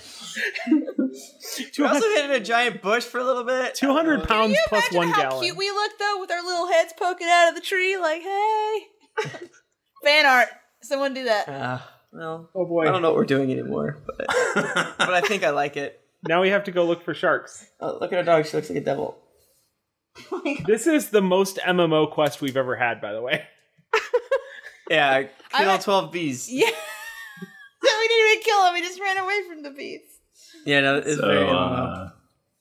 D: We also hid in a giant bush for a little bit.
B: Two hundred
C: Can
B: pounds
C: you
B: plus
C: imagine
B: one
C: how
B: gallon.
C: cute we look though with our little heads poking out of the tree? Like, hey. Fan art. Someone do that.
D: Uh, well,
B: oh boy!
D: I don't know what we're doing anymore, but but I think I like it.
B: Now we have to go look for sharks.
D: Oh, look at our dog. She looks like a devil.
B: this is the most MMO quest we've ever had, by the way.
D: yeah, kill all twelve bees.
C: Yeah. so we didn't even kill him. We just ran away from the beast.
D: Yeah, no, it's
A: so,
D: very
A: uh,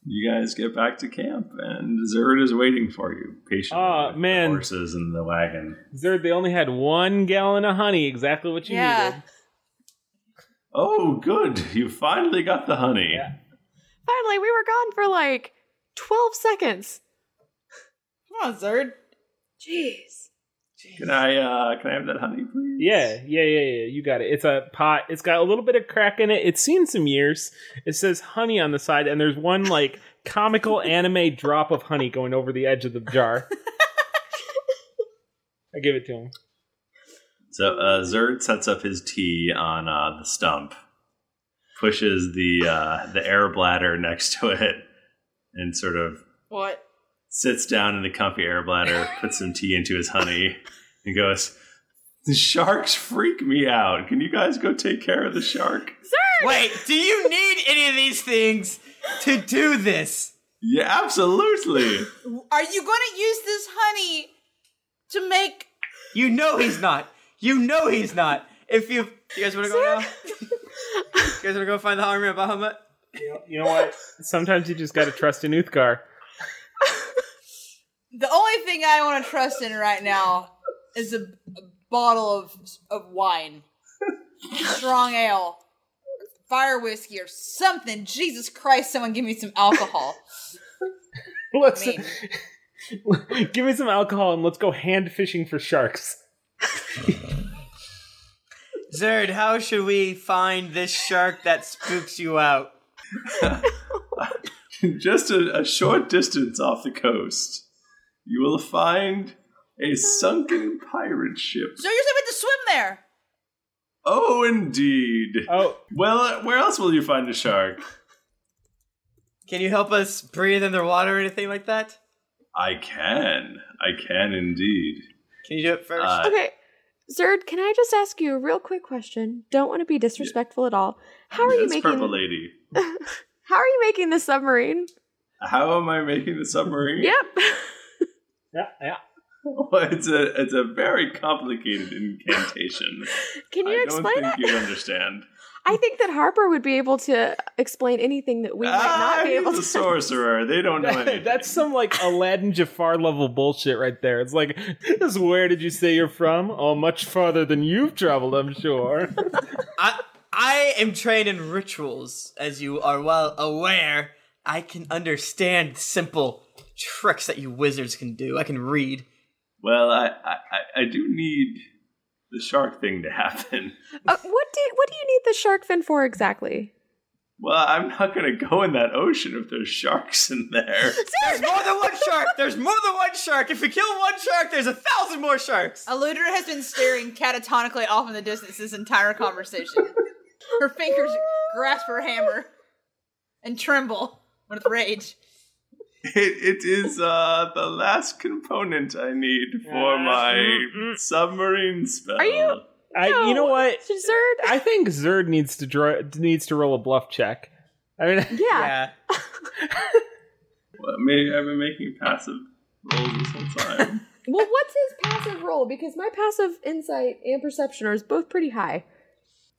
A: you guys get back to camp, and Zerd is waiting for you patiently.
B: Oh, man.
A: horses in the wagon.
B: Zerd, they only had one gallon of honey, exactly what you needed.
A: Oh, good! You finally got the honey.
E: Finally, we were gone for like 12 seconds.
C: Come on, Zerd.
E: Jeez.
A: Can I? uh Can I have that honey, please?
B: Yeah, yeah, yeah, yeah. You got it. It's a pot. It's got a little bit of crack in it. It's seen some years. It says honey on the side, and there's one like comical anime drop of honey going over the edge of the jar. I give it to him.
A: So uh, Zerd sets up his tea on uh, the stump, pushes the uh, the air bladder next to it, and sort of
C: What?
A: sits down in the comfy air bladder, puts some tea into his honey, and goes, The sharks freak me out. Can you guys go take care of the shark?
D: Wait, do you need any of these things to do this?
A: Yeah, absolutely.
C: Are you going to use this honey to make.
D: You know he's not. You know he's not. If you, you guys want to go now? you guys want to go find the army of Bahamut?
B: You know what? Sometimes you just got to trust an Uthgar.
C: The only thing I want to trust in right now is a, a bottle of, of wine, strong ale, fire whiskey, or something. Jesus Christ, someone give me some alcohol.
B: Let's give me some alcohol and let's go hand fishing for sharks.
D: Zerd, how should we find this shark that spooks you out?
A: Just a, a short distance off the coast, you will find a sunken pirate ship.
C: So you're saying we have to swim there?
A: Oh, indeed.
B: Oh.
A: Well, uh, where else will you find a shark?
D: Can you help us breathe underwater or anything like that?
A: I can. I can indeed. Uh,
D: Can you do it first?
E: okay. Zerd, can I just ask you a real quick question? Don't want to be disrespectful at all. How are you
A: Yes,
E: making
A: Purple Lady.
E: How are you making the submarine?
A: How am I making the submarine?
E: Yep.
B: Yeah, yeah.
A: Well, it's a it's a very complicated incantation.
E: Can you
A: I don't
E: explain
A: think
E: it?
A: you understand.
E: I think that Harper would be able to explain anything that we might not
A: ah,
E: be able
A: he's
E: to.
A: a sorcerer. They don't know anything.
B: That's some like Aladdin Jafar level bullshit right there. It's like, this where did you say you're from? Oh, much farther than you've traveled, I'm sure.
D: I I am trained in rituals, as you are well aware. I can understand simple tricks that you wizards can do. I can read.
A: Well, I, I I- I do need the shark thing to happen.
E: Uh, what do What do you need the shark fin for exactly?
A: Well, I'm not going to go in that ocean if there's sharks in there.
D: There's more than one shark. There's more than one shark. If you kill one shark, there's a thousand more sharks.
C: Eludra has been staring catatonically off in the distance this entire conversation. Her fingers grasp her hammer and tremble with rage.
A: It, it is uh, the last component I need for my submarine spell.
E: Mm, Are you?
B: I, you
E: No,
B: know what?
E: Zerd?
B: I think Zerd needs to draw needs to roll a bluff check. I mean,
E: Yeah.
D: Yeah.
A: Well, maybe I've been making passive rolls this whole time.
E: Well, what's his passive roll? Because my passive insight and perception are both pretty high.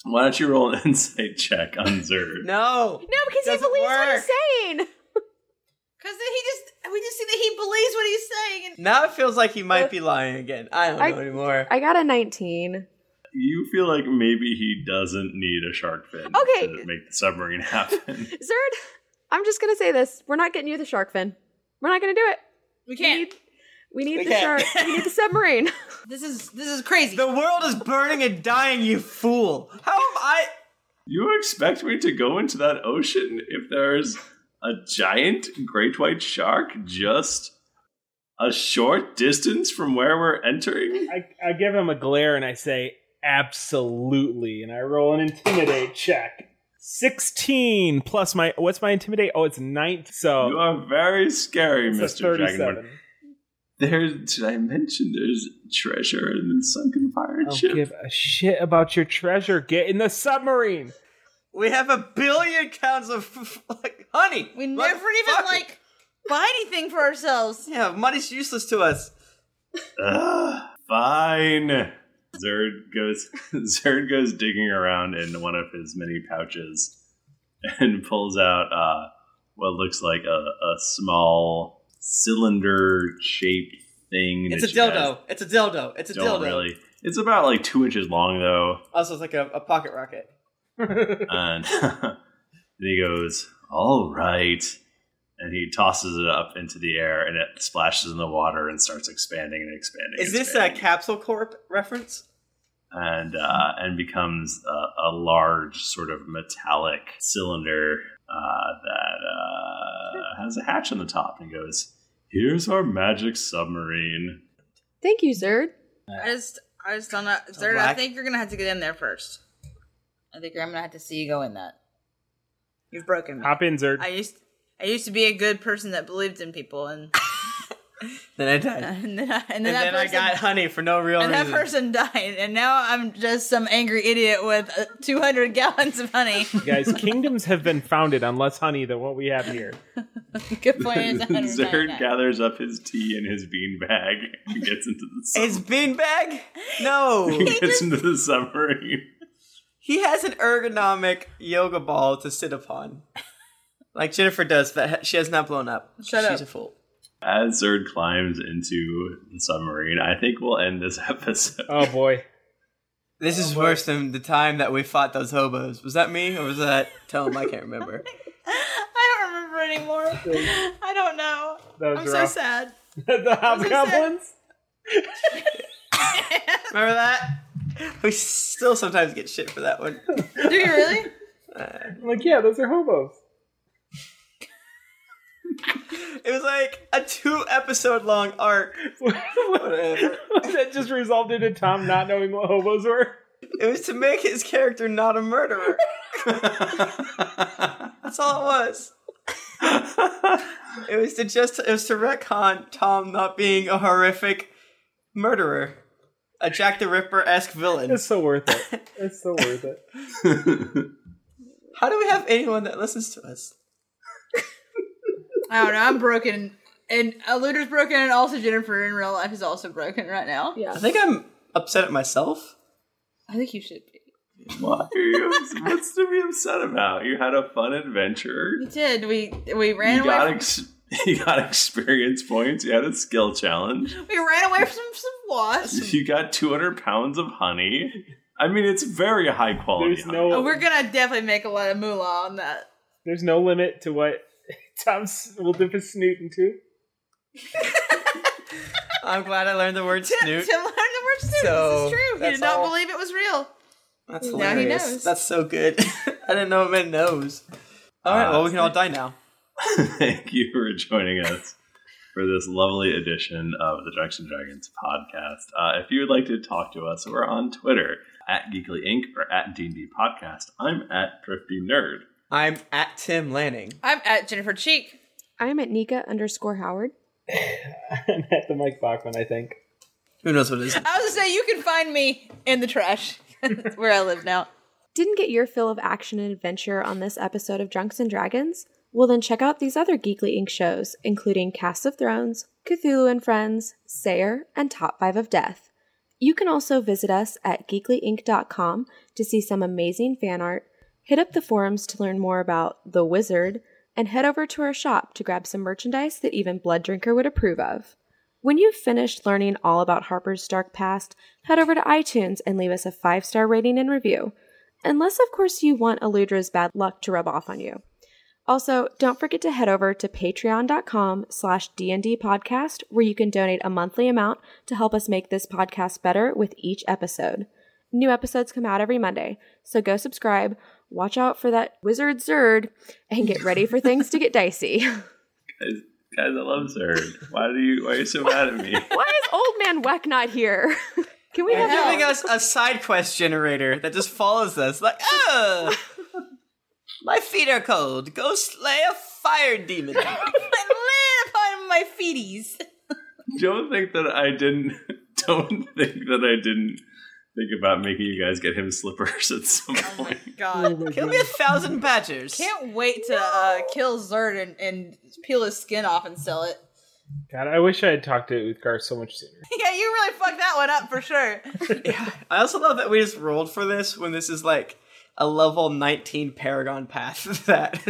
A: Why don't you roll an insight check on Zerd?
D: No.
E: No, because he
D: Doesn't
E: believes what
D: work.
E: he's saying.
C: Because he just, we just see that he believes what he's saying. And
D: Now it feels like he might be lying again. I don't
E: I-
D: know anymore.
E: I got a 19.
A: You feel like maybe he doesn't need a shark fin
E: Okay.
A: to make the submarine happen.
E: Zerd, I'm just gonna say this: we're not getting you the shark fin. We're not gonna do it.
C: we
E: We
C: can't.
E: need, we need
D: We
E: the
D: can't.
E: shark. We need the submarine.
C: This is this is crazy.
D: the world is burning and dying, you fool. How am I?
A: you expect me to go into that ocean if there's a giant great white shark just a short distance from where we're entering?
B: I, I give him a glare and I say, absolutely. And I roll an intimidate check. 16 plus my, what's my intimidate? Oh, it's 9.
A: You
B: So
A: are very scary,
B: it's a
A: Mr.
B: 37.
A: Dragonborn. There, did I mention there's treasure in the sunken pirate
B: Don't
A: ship?
B: give a shit about your treasure. Get in the submarine.
D: We have a billion pounds of like honey.
C: we never even
D: Motherfucker.
C: like buy anything for ourselves.
D: Yeah, money's useless to us.
A: Ugh, Ah, fine. Zerd goes Zerd goes digging around in one of his many pouches and pulls out uh, what looks like a, a small cylinder shaped thing.
D: It's a
A: that you guys
D: dildo. It's a dildo. It's a
A: don't
D: dildo.
A: really. It's about like two inches long though.
D: Also, it's like a, a pocket rocket.
A: and and he goes, "All right," and he tosses it up into the air, and it splashes in the water and starts expanding and expanding.
D: Is
A: and
D: this a Capsule Corp reference?
A: and uh, and becomes a, a large sort of metallic cylinder uh, that uh, has a hatch on the top. And he goes, "Here's our magic submarine."
E: Thank you, Zerd.
C: I just, I just don't know. Zerd, I
A: black-
C: think you're gonna have to get in there first. I think I'm gonna have to see you go in that. You've broken me.
B: Hop in, Zerd.
C: I used, I used to be a good person that believed in people, and
D: Then I died. And,
C: and then I, and then Uh, that
D: then I
C: person-
D: got honey for no real
C: and that
D: reason.
C: person died, and now I'm just some angry idiot with uh, 200 gallons of honey.
B: Guys, kingdoms have been founded on less honey than what we have here.
C: Good point. It's 199.
A: Zerd gathers up his tea in his bean bag and gets into the sub-
D: His beanbag? No.
A: and gets into the submarine.
D: He has an ergonomic yoga ball to sit upon. Like Jennifer does, but ha- she has not blown up.
C: Shut
D: She's
C: up.
D: a fool.
A: As Zerd climbs into the submarine, I think we'll end this episode.
B: Oh boy.
D: This is worse than the time that we fought those hobos. Was that me or was that Tom? I can't remember.
C: I don't remember anymore. I don't know.
D: That was
C: I'm
D: rough.
C: so sad.
B: the hobgoblins?
D: remember that? We still sometimes get shit for that one.
C: Do you really?
B: like, yeah, those are hobos.
D: It was like a two episode long arc. Whatever.
B: that just resolved into Tom not knowing what hobos were.
D: It was to make his character not a murderer. That's all it was. it was to just it was to retcon Tom not being a horrific murderer, a Jack the Ripper esque villain.
B: It's so worth it. It's so worth it.
D: How do we have anyone that listens to us?
C: I don't know. I'm broken. And Eluder's broken, and also Jennifer in real life is also broken right now.
E: Yeah.
D: I think I'm upset at myself.
C: I think you should be.
A: Why are you ups- what's to be upset about? You had a fun adventure.
C: We did. We we ran
A: you
C: away.
A: got
C: From,
A: ex- you got experience points. You had a skill challenge.
C: we ran away from some wasps.
A: You got 200 pounds of honey. I mean, it's very high quality. honey.
C: Oh, we're gonna definitely make a lot of moolah on that.
B: There's no limit to what Tom s- will dip his snoot into.
D: I'm glad I learned the word snoot.
C: Tim learned the word snoot.
D: So,
C: this is true. He
D: that's
C: did not
D: all.
C: believe it was real.
D: That's
C: Now he
D: hilarious.
C: knows.
D: That's so good. I didn't know it meant nose. All right,
A: Uh,
D: well we can all die now.
A: Thank you for joining us for this lovely edition of the Drunks and Dragons podcast. Uh, if you would like to talk to us, we're on Twitter at Geekly Inc. or at D&D Podcast. I'm at Thrifty Nerd.
D: I'm at Tim Lanning.
C: I'm at Jennifer Cheek.
E: I'm at Nika underscore Howard.
B: And at the Mike Bachman, I think.
D: Who knows what it is?
C: I was gonna say you can find me in the trash. That's where I live now.
E: Didn't get your fill of action and adventure on this episode of Drunks and Dragons? Well, then check out these other Geekly Inc. shows, including Cast of Thrones, Cthulhu and Friends, Sayer, and Top 5 of Death. You can also visit us at geeklyinc.com to see some amazing fan art, hit up the forums to learn more about The Wizard, and head over to our shop to grab some merchandise that even Blood Drinker would approve of. When you've finished learning all about Harper's dark past, head over to iTunes and leave us a five star rating and review. Unless, of course, you want Eludra's bad luck to rub off on you. Also, don't forget to head over to patreon.com slash DND podcast, where you can donate a monthly amount to help us make this podcast better with each episode. New episodes come out every Monday, so go subscribe, watch out for that wizard Zerd, and get ready for things to get dicey.
A: Guys, guys I love Zerd. Why, do you, why are you so mad at me?
E: Why is old man Weck not here? Can we
D: You're
E: have
D: giving
E: help?
D: us a side quest generator that just follows us. Like, oh, my feet are cold. Go slay a fire demon.
C: Land upon my feeties.
A: don't think that I didn't. Don't think that I didn't Think about making you guys get him slippers at some point.
C: God,
D: kill me a thousand badgers.
C: Can't wait to uh, kill Zerd and, and peel his skin off and sell it.
B: God, I wish I had talked to Uthgar so much sooner.
C: yeah, you really fucked that one up for sure.
D: I also love that we just rolled for this when this is like a level 19 paragon path that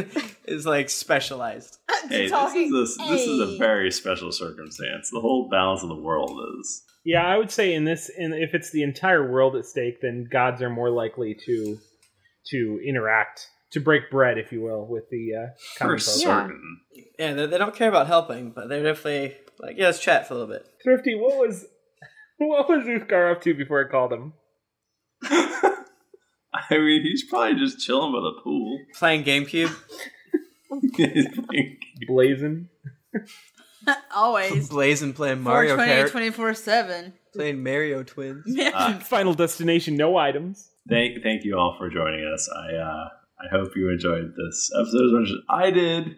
D: is like specialized.
A: hey, this is, a, this is a very special circumstance. The whole balance of the world is.
B: Yeah, I would say in this, in, if it's the entire world at stake, then gods are more likely to to interact, to break bread, if you will, with the uh, common folk.
D: Yeah, they, they don't care about helping, but they're definitely like, yeah, let's chat for a little bit.
B: Thrifty, what was what was Uthgar up to before I called him?
A: I mean, he's probably just chilling by the pool,
D: playing GameCube,
B: blazing,
C: Always.
D: blazing, playing Mario Kart,
C: 24 7.
D: playing Mario Twins.
A: Uh,
B: Final destination, no items.
A: Thank, thank you all for joining us. I uh, I hope you enjoyed this episode as much as I did.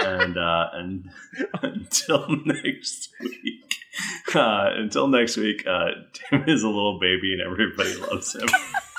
A: And uh, and until next week, uh, until next week, uh, Tim is a little baby and everybody loves him.